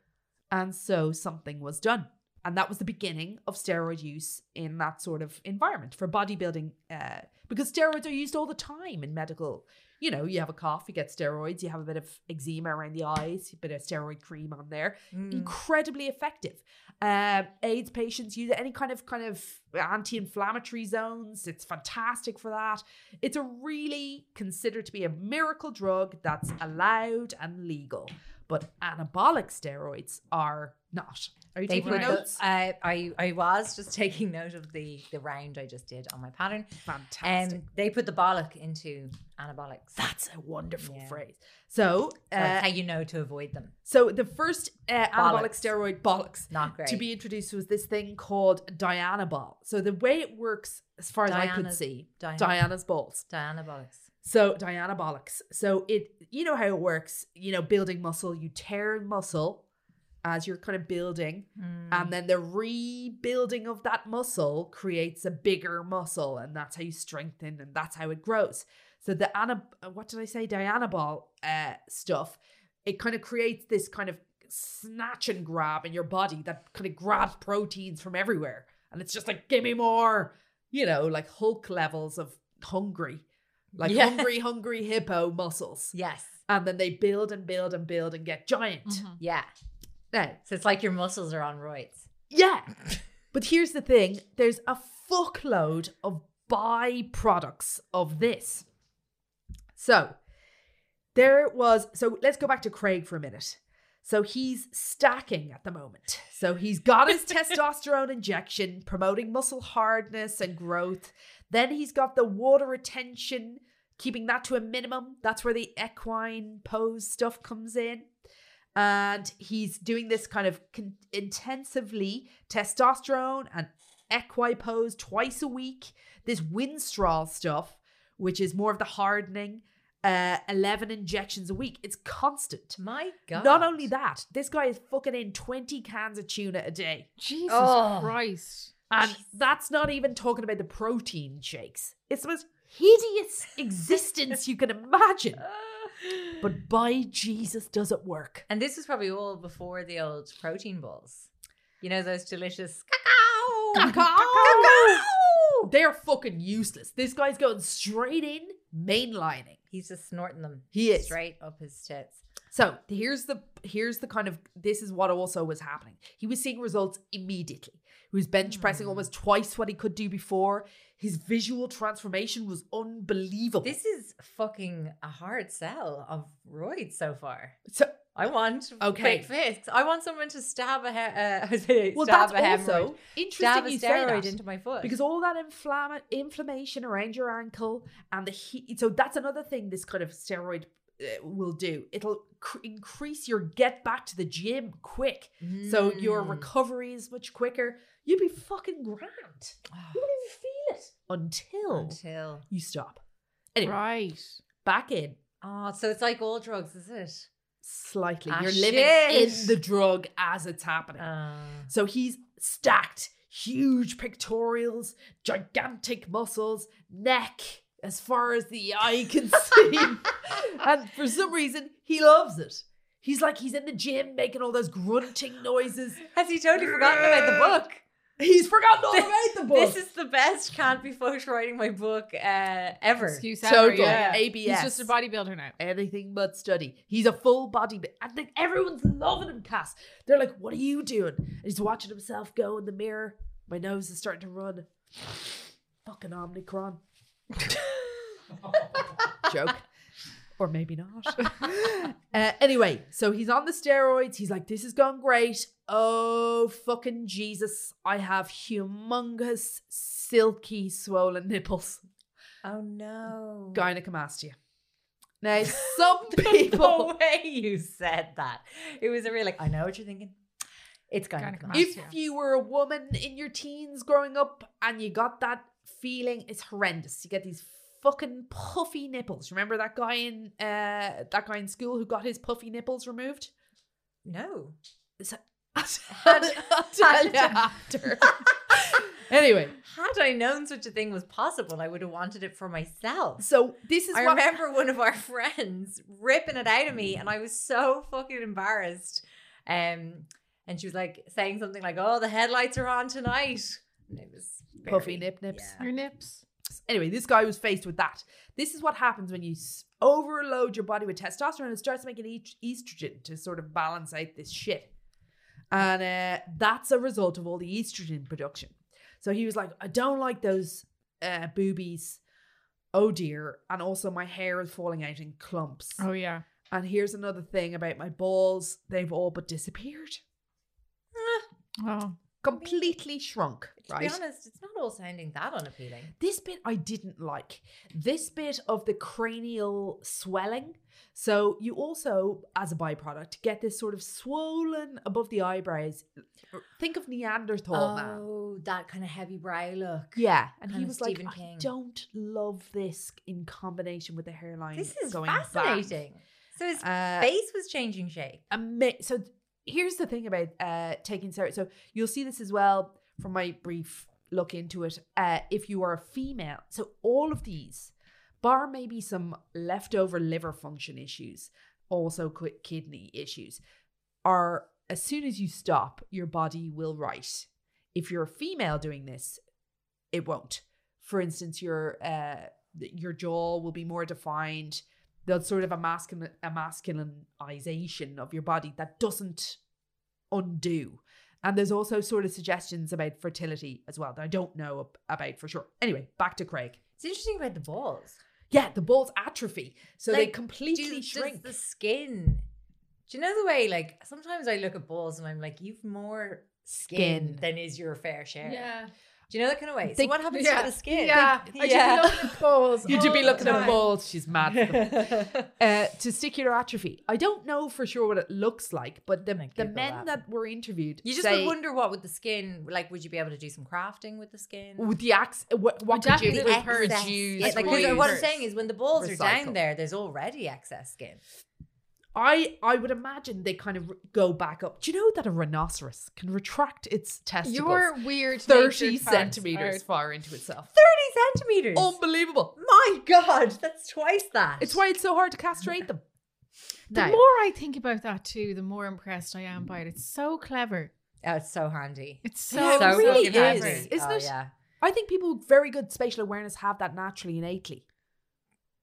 Speaker 3: And so something was done. And that was the beginning of steroid use in that sort of environment for bodybuilding, uh, because steroids are used all the time in medical you know, you have a cough, you get steroids, you have a bit of eczema around the eyes, a bit of steroid cream on there.
Speaker 2: Mm.
Speaker 3: Incredibly effective. Um, AIDS patients use it, any kind of kind of anti-inflammatory zones. It's fantastic for that. It's a really considered to be a miracle drug that's allowed and legal. But anabolic steroids are not. Are you
Speaker 2: They
Speaker 3: taking
Speaker 2: put
Speaker 3: notes?
Speaker 2: the- uh, I I was just taking note of the the round I just did on my pattern. And
Speaker 3: Fantastic.
Speaker 2: um, they put the bollock into anabolics.
Speaker 3: That's a wonderful
Speaker 2: Yeah.
Speaker 3: phrase. So,
Speaker 2: That's
Speaker 3: uh,
Speaker 2: how you know to avoid them.
Speaker 3: so the first uh,
Speaker 2: Bollocks.
Speaker 3: anabolic steroid bollocks
Speaker 2: Not great.
Speaker 3: to be introduced was this thing called Diana ball. So the way it works, as far as I could
Speaker 2: Diana's-
Speaker 3: see,
Speaker 2: Diana-
Speaker 3: Diana's balls.
Speaker 2: Dianabolics.
Speaker 3: So Diana bollocks. So it, you know how it works. You know, building muscle, you tear muscle as you're kind of building, and then the rebuilding of that muscle creates a bigger muscle, and that's how you strengthen, and that's how it grows. So the ana, uh, what did I say, Diana ball uh, stuff, it kind of creates this kind of snatch and grab in your body that kind of grabs proteins from everywhere, and it's just like, give me more, you know, like Hulk levels of hungry like
Speaker 2: Yeah.
Speaker 3: hungry, hungry hippo muscles.
Speaker 2: Yes.
Speaker 3: And then they build and build and build and get giant.
Speaker 2: Yeah.
Speaker 3: Now,
Speaker 2: So it's like your muscles are on roids.
Speaker 3: yeah. but here's the thing there's a fuckload of byproducts of this. So there was, so let's go back to Craig for a minute. So he's stacking at the moment. So he's got his testosterone injection promoting muscle hardness and growth. Then he's got the water retention, keeping that to a minimum. That's where the equine pose stuff comes in. And he's doing this kind of con- intensively testosterone and equi pose twice a week. This windstraw stuff, which is more of the hardening, uh, 11 injections a week. It's constant.
Speaker 2: My God.
Speaker 3: Not only that, this guy is fucking in 20 cans of tuna a day.
Speaker 1: Jesus
Speaker 2: Oh.
Speaker 1: Christ.
Speaker 3: And that's not even talking about the protein shakes. It's the most hideous existence you can imagine. But by Jesus, does it work?
Speaker 2: And this was probably all before the old protein balls. You know those delicious cacao.
Speaker 3: Cacao! They're fucking useless. This guy's going straight in mainlining.
Speaker 2: He's just snorting them.
Speaker 3: He is.
Speaker 2: straight up his tits.
Speaker 3: So here's the here's the kind of this is what also was happening. He was seeing results immediately. He was bench pressing almost
Speaker 2: Hmm.
Speaker 3: twice what he could do before. His visual transformation was unbelievable.
Speaker 2: This is fucking a hard sell of roids so far.
Speaker 3: so
Speaker 2: I want
Speaker 3: Okay.
Speaker 2: quick fix. I want someone to stab a he- uh, say
Speaker 3: Well,
Speaker 2: stab a
Speaker 3: that's also
Speaker 2: hemorrhoid.
Speaker 3: interesting
Speaker 2: stab a
Speaker 3: you say
Speaker 2: steroid
Speaker 3: that,
Speaker 2: into my foot
Speaker 3: because all that inflama- inflammation around your ankle and the heat. So that's another thing this kind of steroid uh, will do. It'll cr- increase your get back to the gym quick, so your
Speaker 2: Mm.
Speaker 3: recovery is much quicker. You'd be fucking grand. You wouldn't even feel it until,
Speaker 2: Oh, until
Speaker 3: you stop. Anyway,
Speaker 1: Right.
Speaker 3: back in
Speaker 2: oh, so it's like all drugs, is it?
Speaker 3: slightly.
Speaker 2: Ah,
Speaker 3: You're living in
Speaker 2: shit.
Speaker 3: the drug as it's happening.
Speaker 2: Uh,
Speaker 3: So he's stacked huge pectorials, gigantic muscles, neck as far as the eye can see. and for some reason, he loves it. He's like, he's in the gym making all those grunting noises.
Speaker 2: has he totally forgotten about the book?
Speaker 3: He's forgotten all about the book.
Speaker 2: This is the best can't be fucked writing my book uh, ever.
Speaker 1: Excuse
Speaker 3: Total
Speaker 1: Total. Yeah.
Speaker 3: ABS.
Speaker 1: He's just a bodybuilder now.
Speaker 3: anything but study. He's a full body. bi- And like, everyone's loving him, Cass. They're like, what are you doing? And he's watching himself go in the mirror. My nose is starting to run. Fucking Omnicron. Joke. Or maybe not. Uh, anyway, so he's on the steroids. He's like, this has gone great. Oh, fucking Jesus. I have humongous, silky, swollen nipples.
Speaker 2: oh no.
Speaker 3: Gynecomastia. Now, some people.
Speaker 2: The way you said that. It was a real like, I know what you're thinking. It's going to
Speaker 1: Gynecomastia.
Speaker 2: come.
Speaker 3: if
Speaker 1: Yeah.
Speaker 3: you were a woman in your teens growing up and you got that feeling, it's horrendous. You get these fucking puffy nipples. Remember that guy in uh, that guy in school who got his puffy nipples removed?
Speaker 2: No.
Speaker 3: I'll tell you after. anyway,
Speaker 2: Had I known such a thing was possible, I would have wanted it for myself.
Speaker 3: so this is
Speaker 2: I
Speaker 3: what
Speaker 2: remember one of our friends ripping it out of me, and I was so fucking embarrassed. Um, and she was like saying something like, "Oh, the headlights are on tonight," and it was
Speaker 3: puffy
Speaker 2: very-
Speaker 3: nip nips.
Speaker 2: Yeah.
Speaker 1: Your nips.
Speaker 3: Anyway, this guy was faced with that. This is what happens when you s- overload your body with testosterone and starts making each estrogen to sort of balance out this shit. And uh, that's a result of all the estrogen production. So he was like, I don't like those uh, boobies. Oh dear. And also, my hair is falling out in clumps.
Speaker 1: Oh yeah.
Speaker 3: And here's another thing about my balls they've all but disappeared.
Speaker 1: Oh.
Speaker 3: Completely shrunk,
Speaker 2: To
Speaker 3: right?
Speaker 2: be honest, it's not all sounding that unappealing.
Speaker 3: This bit I didn't like. This bit of the cranial swelling. So you also, as a byproduct, get this sort of swollen above the eyebrows. Think of Neanderthal man.
Speaker 2: Oh, that kind of heavy brow look.
Speaker 3: Yeah, and he
Speaker 2: Kinda
Speaker 3: was
Speaker 2: Stephen
Speaker 3: like,
Speaker 2: King.
Speaker 3: I don't love this in combination with the hairline.
Speaker 2: This is
Speaker 3: going back."
Speaker 2: fascinating. So his
Speaker 3: Uh,
Speaker 2: face was changing shape.
Speaker 3: ama- so th- here's the thing about uh taking steroids so you'll see this as well from my brief look into it uh if you are a female so all of these bar maybe some leftover liver function issues also quick kidney issues are as soon as you stop your body will right if you're a female doing this it won't for instance your uh your jaw will be more defined that sort of a masculine a masculinization of your body that doesn't undo. And there's also sort of suggestions about fertility as well that I don't know ab- about for sure. Anyway, back to Craig.
Speaker 2: It's interesting about the balls.
Speaker 3: Yeah, the balls atrophy, so they
Speaker 2: Like,
Speaker 3: completely
Speaker 2: do-
Speaker 3: shrink.
Speaker 2: Does the skin. Do you know the way? Like sometimes I look at balls and I'm like, you've more skin,
Speaker 3: Skin.
Speaker 2: than is your fair share.
Speaker 1: Yeah.
Speaker 2: Do you know that kind of way?
Speaker 3: They-
Speaker 2: so what happens
Speaker 1: yeah.
Speaker 2: to the skin?
Speaker 1: Yeah. I should be looking at balls
Speaker 3: You
Speaker 1: all
Speaker 3: do be
Speaker 1: the
Speaker 3: looking
Speaker 1: time.
Speaker 3: at balls. She's mad. at them. uh, testicular atrophy. I don't know for sure what it looks like, but the,
Speaker 2: I'm gonna
Speaker 3: the
Speaker 2: Google
Speaker 3: men
Speaker 2: that.
Speaker 3: that. were interviewed,
Speaker 2: You just
Speaker 3: say,
Speaker 2: would wonder what with the skin, like, would you be able to do some crafting with the skin?
Speaker 3: with the axe. What, what could you
Speaker 1: definitely
Speaker 3: with
Speaker 1: excess.
Speaker 3: her
Speaker 1: Excess.
Speaker 3: juice
Speaker 2: Yeah, like,
Speaker 1: Reuse.
Speaker 2: because what I'm
Speaker 1: Reuse.
Speaker 2: saying is when the balls are
Speaker 3: Recycle.
Speaker 2: down there, there's already excess skin.
Speaker 3: I I would imagine they kind of r- go back up. Do you know that a rhinoceros can retract its testicles
Speaker 1: Your weird
Speaker 3: thirty
Speaker 1: natured parts
Speaker 3: centimeters
Speaker 1: are-
Speaker 3: far into itself?
Speaker 2: 30 centimeters.
Speaker 3: Oh Unbelievable!
Speaker 2: my God. That's twice that.
Speaker 3: It's why it's so hard to castrate them.
Speaker 1: The
Speaker 3: Now-
Speaker 1: more I think about that too, the more impressed I am by it. It's so clever.
Speaker 2: Oh, it's so handy.
Speaker 1: It's
Speaker 3: Yeah,
Speaker 1: so
Speaker 3: it really
Speaker 1: so
Speaker 3: is.
Speaker 1: clever.
Speaker 3: Isn't
Speaker 2: oh,
Speaker 3: it?
Speaker 2: Yeah.
Speaker 3: I think people with very good spatial awareness have that naturally innately.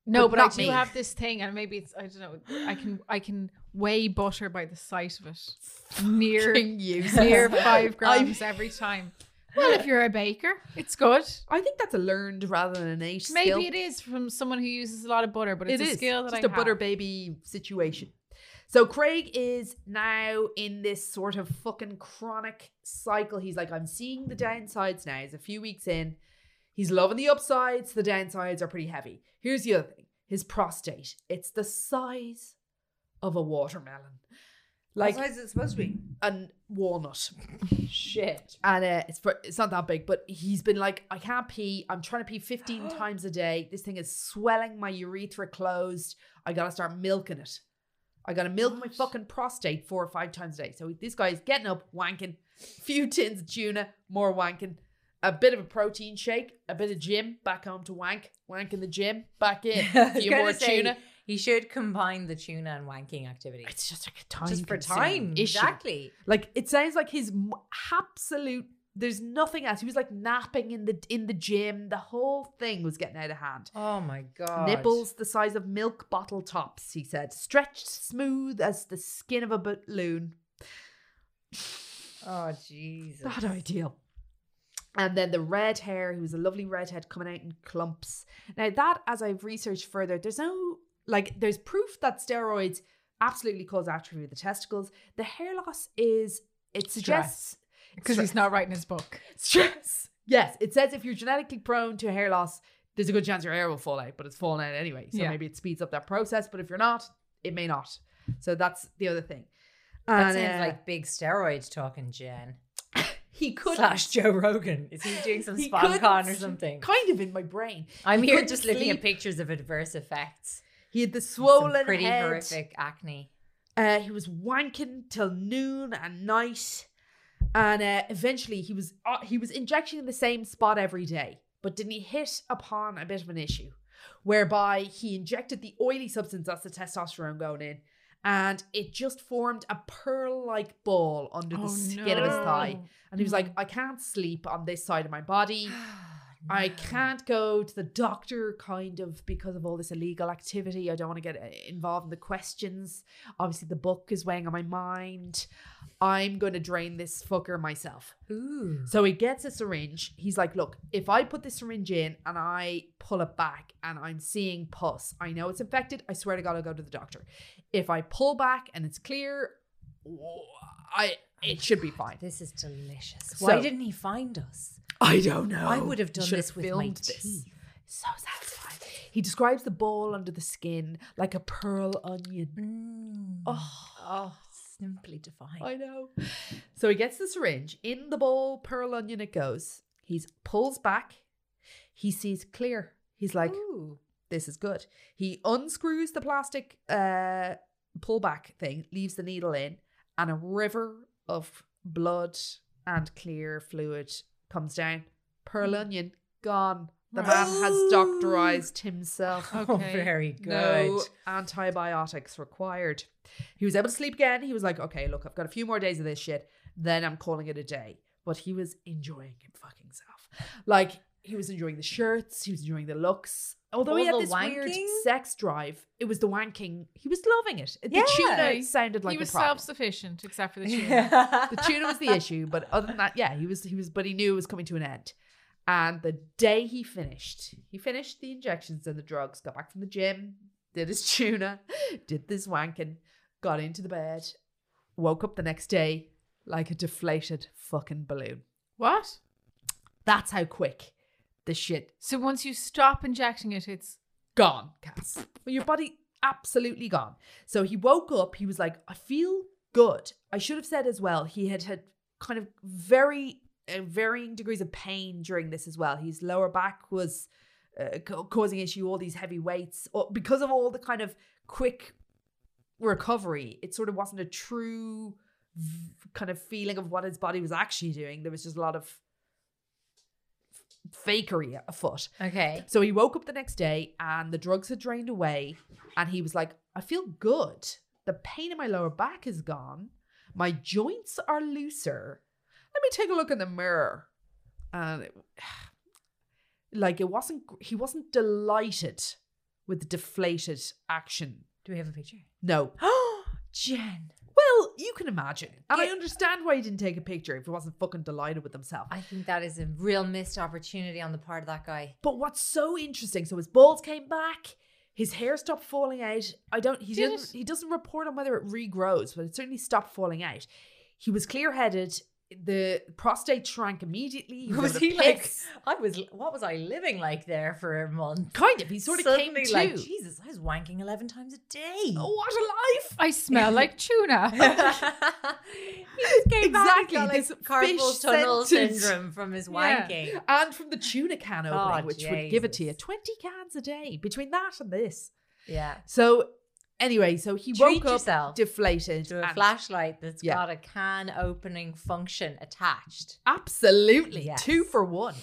Speaker 1: No,
Speaker 3: But
Speaker 1: but,
Speaker 3: not
Speaker 1: I do
Speaker 3: me.
Speaker 1: have this thing, and maybe it's I don't know. I can I can weigh butter by the sight of it. Near
Speaker 3: Fucking useless.
Speaker 1: near five grams every time. Well, if you're a baker, it's good.
Speaker 3: I think that's a learned rather than innate.
Speaker 1: Maybe
Speaker 3: skill.
Speaker 1: it is from someone who uses a lot of butter, but it's
Speaker 3: It
Speaker 1: a
Speaker 3: is.
Speaker 1: skill that
Speaker 3: just
Speaker 1: I
Speaker 3: a butter
Speaker 1: have.
Speaker 3: baby situation. So Craig is now in this sort of fucking chronic cycle. He's like, I'm seeing the downsides now. He's a few weeks in. He's loving the upsides. The downsides are pretty heavy. Here's the other thing: his prostate. It's the size of a watermelon, like
Speaker 2: Otherwise, it's supposed to be.
Speaker 3: a walnut.
Speaker 2: Shit.
Speaker 3: And uh, it's pr- it's not that big, but he's been like, I can't pee. I'm trying to pee 15 times a day. This thing is swelling. My urethra closed. I gotta start milking it. I gotta milk my fucking prostate four or five times a day. So this guy's getting up, wanking, few tins of tuna, more wanking, a bit of a protein shake, a bit of gym, back home to wank, wank in the gym, back in,
Speaker 2: I
Speaker 3: a
Speaker 2: was
Speaker 3: few
Speaker 2: gonna
Speaker 3: more
Speaker 2: say,
Speaker 3: tuna.
Speaker 2: He should combine the tuna and wanking activity.
Speaker 3: It's just like a time
Speaker 2: just for
Speaker 3: consuming
Speaker 2: time.
Speaker 3: issue.
Speaker 2: Exactly.
Speaker 3: Like it sounds like his m- absolute. There's nothing else. He was like napping in the in the gym. The whole thing was getting out of hand.
Speaker 2: Oh my God.
Speaker 3: Nipples the size of milk bottle tops. He said, stretched smooth as the skin of a balloon.
Speaker 2: Oh, Jesus.
Speaker 3: Not ideal. And then the red hair. He was a lovely redhead coming out in clumps. Now that, as I've researched further, there's no like there's proof that steroids absolutely cause atrophy of the testicles. The hair loss is it suggests
Speaker 1: because he's not writing his book.
Speaker 3: Stress. Yes, it says if you're genetically prone to hair loss, there's a good chance your hair will fall out, but it's falling out anyway. So
Speaker 1: Yeah.
Speaker 3: maybe it speeds up that process. But if you're not, it may not. So that's the other thing.
Speaker 2: That
Speaker 3: And,
Speaker 2: sounds
Speaker 3: uh,
Speaker 2: like big steroids talking, Jen.
Speaker 3: he could
Speaker 2: Slash Joe Rogan. Is he doing some
Speaker 3: he
Speaker 2: spot con or
Speaker 3: couldn't-
Speaker 2: something?
Speaker 3: Kind of in my brain.
Speaker 2: I'm
Speaker 3: He
Speaker 2: here
Speaker 3: couldn't
Speaker 2: just looking at
Speaker 3: sleep.
Speaker 2: pictures of adverse effects.
Speaker 3: He had the
Speaker 2: Some
Speaker 3: swollen
Speaker 2: pretty
Speaker 3: head.
Speaker 2: horrific acne.
Speaker 3: Uh, he was wanking till noon and night, and uh, eventually he was uh, he was injecting in the same spot every day. But didn't he hit upon a bit of an issue, whereby he injected the oily substance that's the testosterone going in, and it just formed a pearl-like ball under the
Speaker 1: Oh,
Speaker 3: skin of his thigh.
Speaker 1: no.
Speaker 3: And he was like, "I can't sleep on this side of my body." I can't go to the doctor kind of because of all this illegal activity. I don't want to get uh, involved in the questions. Obviously, the book is weighing on my mind. I'm going to drain this fucker myself.
Speaker 2: Ooh.
Speaker 3: So he gets a syringe. He's like, Look, if I put this syringe in and I pull it back and I'm seeing pus, I know it's infected. I swear to God, I'll go to the doctor. If I pull back and it's clear, I it should be fine.
Speaker 2: This is delicious.
Speaker 3: So-
Speaker 2: Why didn't he find us?
Speaker 3: I don't know.
Speaker 2: I would have done
Speaker 3: Should
Speaker 2: this with my
Speaker 3: filmed this.
Speaker 2: teeth.
Speaker 3: So satisfying. He describes the ball under the skin like a pearl onion.
Speaker 2: Oh, oh, simply divine.
Speaker 3: I know. So he gets the syringe. In the ball, pearl onion it goes. He pulls back. He sees clear. He's like,
Speaker 2: Ooh.
Speaker 3: this is good. He unscrews the plastic uh, pullback thing, leaves the needle in, and a river of blood and clear fluid comes down.
Speaker 2: Hmm.
Speaker 3: Pearl onion gone. The man has doctorized himself.
Speaker 2: Oh, very good.
Speaker 3: No antibiotics required. He was able to sleep again. He was like, okay, look, I've got a few more days of this shit. Then I'm calling it a day. But he was enjoying him fucking self. Like, he was enjoying the shirts. He was enjoying the looks. Although he
Speaker 2: All
Speaker 3: had
Speaker 2: the
Speaker 3: this weird
Speaker 2: wanking?
Speaker 3: sex drive, it was the wanking. He was loving it. The
Speaker 2: Yeah.
Speaker 3: tuna sounded like
Speaker 1: he
Speaker 3: a
Speaker 1: was
Speaker 3: problem.
Speaker 1: self-sufficient except for the tuna.
Speaker 3: the
Speaker 2: the
Speaker 3: tuna was the issue, but other than that, yeah, he was he was, but he knew it was coming to an end. And the day he finished, he finished the injections and the drugs, got back from the gym, did his tuna, did this wanking, got into the bed, woke up the next day like a deflated fucking balloon.
Speaker 1: What?
Speaker 3: That's how quick the shit
Speaker 1: So once you stop injecting it, it's
Speaker 3: gone, Cass. Well, your body absolutely gone. So he woke up. He was like, I feel good. I should have said as well. He had had kind of very uh, varying degrees of pain during this as well. His lower back was uh, ca- causing issue. All these heavy weights, or because of all the kind of quick recovery, it sort of wasn't a true v- kind of feeling of what his body was actually doing. There was just a lot of f- fakery afoot.
Speaker 2: okay.
Speaker 3: So he woke up the next day and the drugs had drained away. And he was like, I feel good. The pain in my lower back is gone. My joints are looser. Let me take a look in the mirror. And it, like, it wasn't, gr- he wasn't delighted with the deflated action.
Speaker 2: Do we have a picture?
Speaker 3: No.
Speaker 2: Oh, Jen.
Speaker 3: Well, you can imagine. And I
Speaker 2: Yeah.
Speaker 3: understand why he didn't take a picture if he wasn't fucking delighted with himself.
Speaker 2: I think that is a real missed opportunity on the part of that guy.
Speaker 3: But what's so interesting? So his balls came back, his hair stopped falling out. I don't. He
Speaker 1: Did
Speaker 3: doesn't.
Speaker 1: it?
Speaker 3: He doesn't report on whether it regrows, but it certainly stopped falling out. He was clear-headed. The prostate shrank immediately. was
Speaker 2: Was
Speaker 3: able to
Speaker 2: he like?
Speaker 3: piss.
Speaker 2: I was. What was I living like there for a month?
Speaker 3: Kind of. He sort of came
Speaker 2: Suddenly,
Speaker 3: to.
Speaker 2: Like, Jesus, I was wanking eleven times a day.
Speaker 3: oh, what a life!
Speaker 1: I smell like tuna.
Speaker 2: he just came back
Speaker 3: Exactly,
Speaker 2: and got, like
Speaker 3: this
Speaker 2: carpal
Speaker 3: fish
Speaker 2: tunnel
Speaker 3: sentence.
Speaker 2: syndrome from his
Speaker 1: Yeah.
Speaker 2: wanking.
Speaker 3: And from the tuna can opening,
Speaker 2: Oh,
Speaker 3: which would give it to you
Speaker 2: Jesus.
Speaker 3: twenty cans a day between that and this.
Speaker 2: Yeah.
Speaker 3: So anyway, so he
Speaker 2: Treat
Speaker 3: woke
Speaker 2: yourself
Speaker 3: up deflated
Speaker 2: To a
Speaker 3: and-
Speaker 2: flashlight that's
Speaker 3: Yeah.
Speaker 2: got a can opening function attached.
Speaker 3: Absolutely.
Speaker 2: Yes.
Speaker 3: Two for one.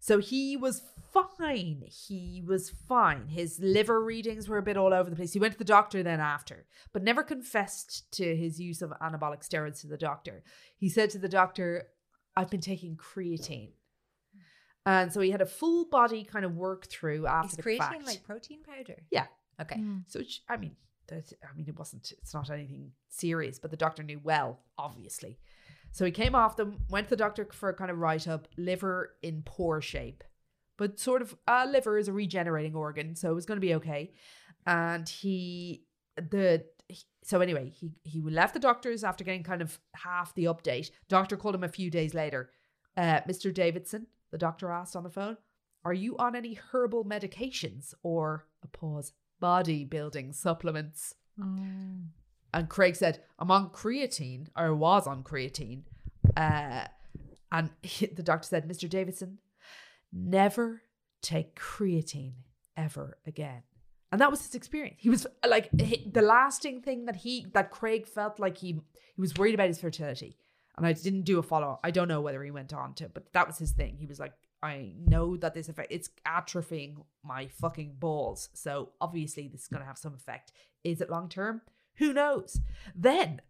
Speaker 3: So he was fine. He was fine. His liver readings were a bit all over the place. He went to the doctor then after, but never confessed to his use of anabolic steroids to the doctor. He said to the doctor, I've been taking creatine. And so he had a full body kind of work through after
Speaker 2: He's
Speaker 3: the
Speaker 2: creating
Speaker 3: fact.
Speaker 2: like protein powder.
Speaker 3: yeah.
Speaker 2: Okay.
Speaker 3: So it's- I mean, that's, I mean, it wasn't. It's not anything serious, but the doctor knew well, obviously. So he came off them, went to the doctor for a kind of write up, liver in poor shape, but sort of uh, liver is a regenerating organ, so it was going to be okay. And he the he- so anyway, he he left the doctors after getting kind of half the update. Doctor called him a few days later. Uh, Mr. Davidson, the doctor asked on the phone, "Are you on any herbal medications or a pause bodybuilding supplements?"
Speaker 1: Mm.
Speaker 3: And Craig said, "I'm on creatine, or was on creatine." Uh, and the doctor said, "Mr. Davidson, never take creatine ever again." And that was his experience. He was like he- the lasting thing that he that Craig felt like he he was worried about his fertility. And I didn't do a follow up. I don't know whether he went on to, but that was his thing. He was like, I know that this effect it's atrophying my fucking balls. So obviously this is gonna have some effect. Is it long term? Who knows? Then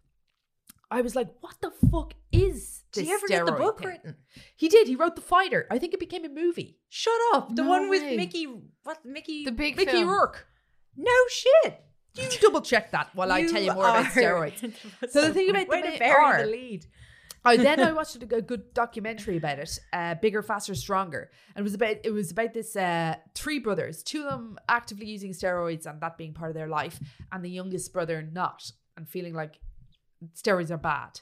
Speaker 3: I was like, what the fuck is
Speaker 2: Did
Speaker 3: this?
Speaker 2: you ever get the
Speaker 3: steroid
Speaker 2: book
Speaker 3: thing?
Speaker 2: written?
Speaker 3: He did. He wrote The Fighter. I think it became a movie.
Speaker 2: Shut up. The
Speaker 1: No
Speaker 2: one with
Speaker 1: way.
Speaker 2: Mickey. What Mickey?
Speaker 1: The big
Speaker 2: Mickey
Speaker 1: film.
Speaker 2: Rourke. No shit.
Speaker 3: You double check that while I tell you more about steroids. So the thing about the
Speaker 2: way to
Speaker 3: main
Speaker 2: bury
Speaker 3: are-
Speaker 2: the lead.
Speaker 3: I then I watched a g- a good documentary about it, uh, bigger, faster, stronger, and it was about it was about this uh, three brothers, two of them actively using steroids and that being part of their life, and the youngest brother not and feeling like steroids are bad.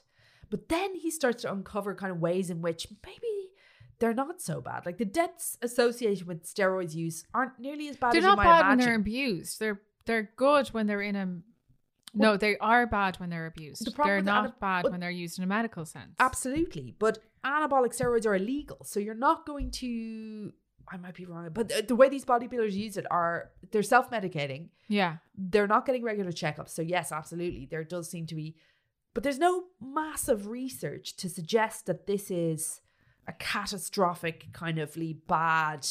Speaker 3: But then he starts to uncover kind of ways in which maybe they're not so bad. Like the deaths associated with steroids use aren't nearly as bad
Speaker 1: They're
Speaker 3: as
Speaker 1: not
Speaker 3: you might
Speaker 1: bad when
Speaker 3: imagine.
Speaker 1: they're abused. They're they're good when they're in a. No, they are bad when they're abused.
Speaker 3: The problem
Speaker 1: they're
Speaker 3: with
Speaker 1: not
Speaker 3: ana-
Speaker 1: bad
Speaker 3: well-
Speaker 1: when they're used in a medical sense.
Speaker 3: Absolutely. But anabolic steroids are illegal. So you're not going to. I might be wrong, but the- the way these bodybuilders use it are they're self medicating.
Speaker 1: Yeah.
Speaker 3: They're not getting regular checkups. So, yes, absolutely. There does seem to be. But there's no massive research to suggest that this is a catastrophic, kind of bad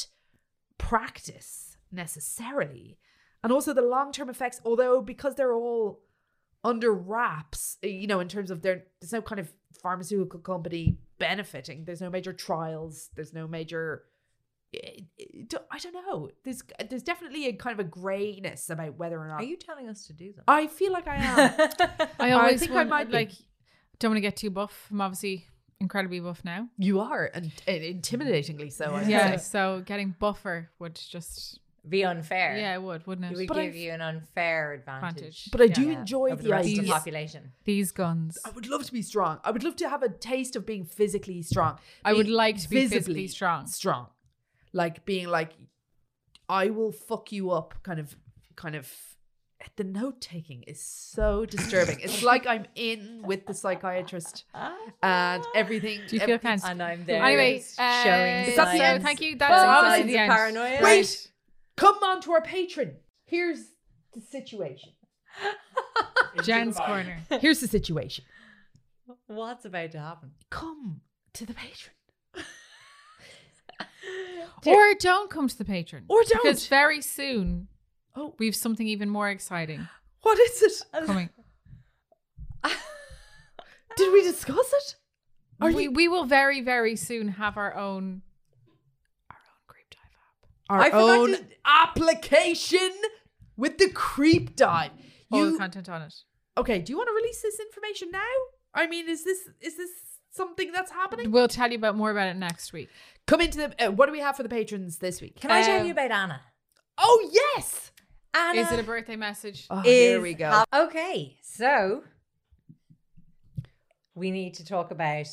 Speaker 3: practice necessarily. And also the long term effects, although because they're all under wraps, eh, you know, in terms of their there's no kind of pharmaceutical company benefiting. There's no major trials. There's no major. I don't- I don't know. There's there's definitely a kind of a grayness about whether or not.
Speaker 2: Are you telling us to do that?
Speaker 3: I feel like I am.
Speaker 1: I
Speaker 3: I
Speaker 1: always
Speaker 3: think I
Speaker 1: want-
Speaker 3: might be.
Speaker 1: like. Don't want to get too buff. I'm obviously incredibly buff now.
Speaker 3: you are, and, and intimidatingly so. I
Speaker 1: Yeah.
Speaker 3: think.
Speaker 1: so getting buffer would just.
Speaker 2: Be unfair.
Speaker 1: Yeah, it would, wouldn't
Speaker 2: It
Speaker 1: it?
Speaker 2: would
Speaker 3: But
Speaker 2: give
Speaker 3: I've-
Speaker 2: you an unfair advantage.
Speaker 1: Advantage.
Speaker 3: But I
Speaker 1: Yeah.
Speaker 3: do
Speaker 1: Yeah.
Speaker 3: enjoy
Speaker 2: of
Speaker 3: the,
Speaker 2: the rest
Speaker 3: idea.
Speaker 2: of the population.
Speaker 1: These guns.
Speaker 3: I would love to be strong. I would love to have a taste of being physically strong.
Speaker 1: I would
Speaker 3: Being
Speaker 1: like to be physically
Speaker 3: visibly
Speaker 1: strong.
Speaker 3: Strong. Like being like I will fuck you up kind of kind of the note taking is so disturbing. it's like I'm in with the psychiatrist and everything.
Speaker 1: Do you feel kind?
Speaker 2: And I'm there.
Speaker 1: Anyway,
Speaker 2: just
Speaker 1: uh,
Speaker 2: showing
Speaker 1: so
Speaker 3: That's the
Speaker 2: signs-
Speaker 3: end.
Speaker 1: thank you.
Speaker 2: signs
Speaker 1: That's obviously the
Speaker 2: of
Speaker 1: end.
Speaker 2: paranoia.
Speaker 3: Wait. Come on to our patron. Here's the situation.
Speaker 1: Jen's corner.
Speaker 3: Here's the situation.
Speaker 2: What's about to happen?
Speaker 3: Come to the patron.
Speaker 1: Or don't come to the patron.
Speaker 3: Or
Speaker 1: Because
Speaker 3: don't.
Speaker 1: very soon
Speaker 3: Oh.
Speaker 1: we have something even more exciting
Speaker 3: What is it?
Speaker 1: coming.
Speaker 3: Did we discuss it? Are
Speaker 1: we,
Speaker 3: you-
Speaker 1: we will very, very soon have our own our own creep dive app.
Speaker 3: our
Speaker 2: I forgot
Speaker 3: own
Speaker 2: to-
Speaker 3: application with the creep dive.
Speaker 1: All the
Speaker 3: You
Speaker 1: content on it.
Speaker 3: okay? Do you want to release this information now? I mean, is this is this something that's happening?
Speaker 1: We'll tell you about more about it next week.
Speaker 3: Come into the. Uh, what do we have for the patrons this week?
Speaker 2: Can I tell
Speaker 1: Um,
Speaker 2: you about Anna?
Speaker 3: Oh yes.
Speaker 2: Anna
Speaker 1: Is it a birthday message?
Speaker 3: Oh,
Speaker 2: is
Speaker 3: here we go.
Speaker 2: hap- okay, so we need to talk about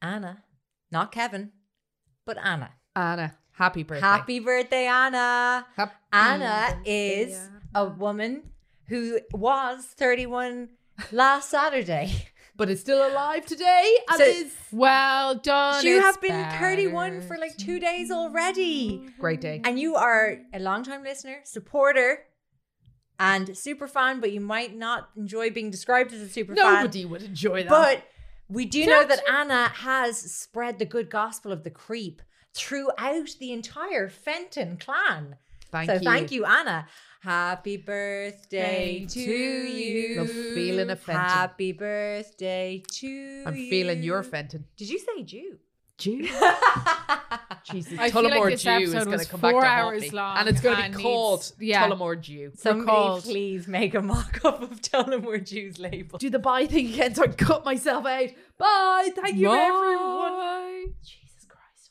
Speaker 2: Anna, not Kevin, but Anna.
Speaker 3: Anna, happy birthday.
Speaker 2: Happy birthday, Anna.
Speaker 3: Happy
Speaker 2: Anna
Speaker 3: birthday,
Speaker 2: is a woman who was 31 last Saturday.
Speaker 3: But it's still alive today. And
Speaker 2: So-
Speaker 3: is
Speaker 1: Well done.
Speaker 2: you
Speaker 1: it's
Speaker 2: have been
Speaker 1: better
Speaker 2: 31 for like two days already.
Speaker 3: great day.
Speaker 2: And you are a longtime listener, supporter, and super fan, but you might not enjoy being described as a super fan.
Speaker 3: Nobody would enjoy that.
Speaker 2: But we do know
Speaker 3: Don't
Speaker 2: that Anna has spread the good gospel of the creep throughout the entire Fenton clan.
Speaker 3: thank
Speaker 2: so
Speaker 3: you.
Speaker 2: thank you, Anna. Happy birthday
Speaker 1: Thank
Speaker 2: to you.
Speaker 1: you.
Speaker 3: Love feeling a Fenton.
Speaker 2: Happy birthday to
Speaker 3: I'm feeling
Speaker 2: you.
Speaker 3: your Fenton.
Speaker 2: Did you say Jew?
Speaker 3: Jew. Jesus,
Speaker 1: I feel like
Speaker 3: Tullamore
Speaker 1: this
Speaker 3: Jew is
Speaker 1: episode
Speaker 3: going to
Speaker 1: was
Speaker 3: come back
Speaker 1: four
Speaker 3: to
Speaker 1: hours
Speaker 3: haunt me.
Speaker 1: long
Speaker 3: and it's going to
Speaker 1: and
Speaker 3: be
Speaker 1: needs-
Speaker 3: called
Speaker 1: yeah.
Speaker 3: Tullamore Jew.
Speaker 2: Somebody
Speaker 1: called.
Speaker 2: please make a mock up of Tullamore Jew's label.
Speaker 3: Do the bye thing again, so I cut myself out. Bye. Thank you, everyone.
Speaker 1: Bye.
Speaker 3: Jesus Christ.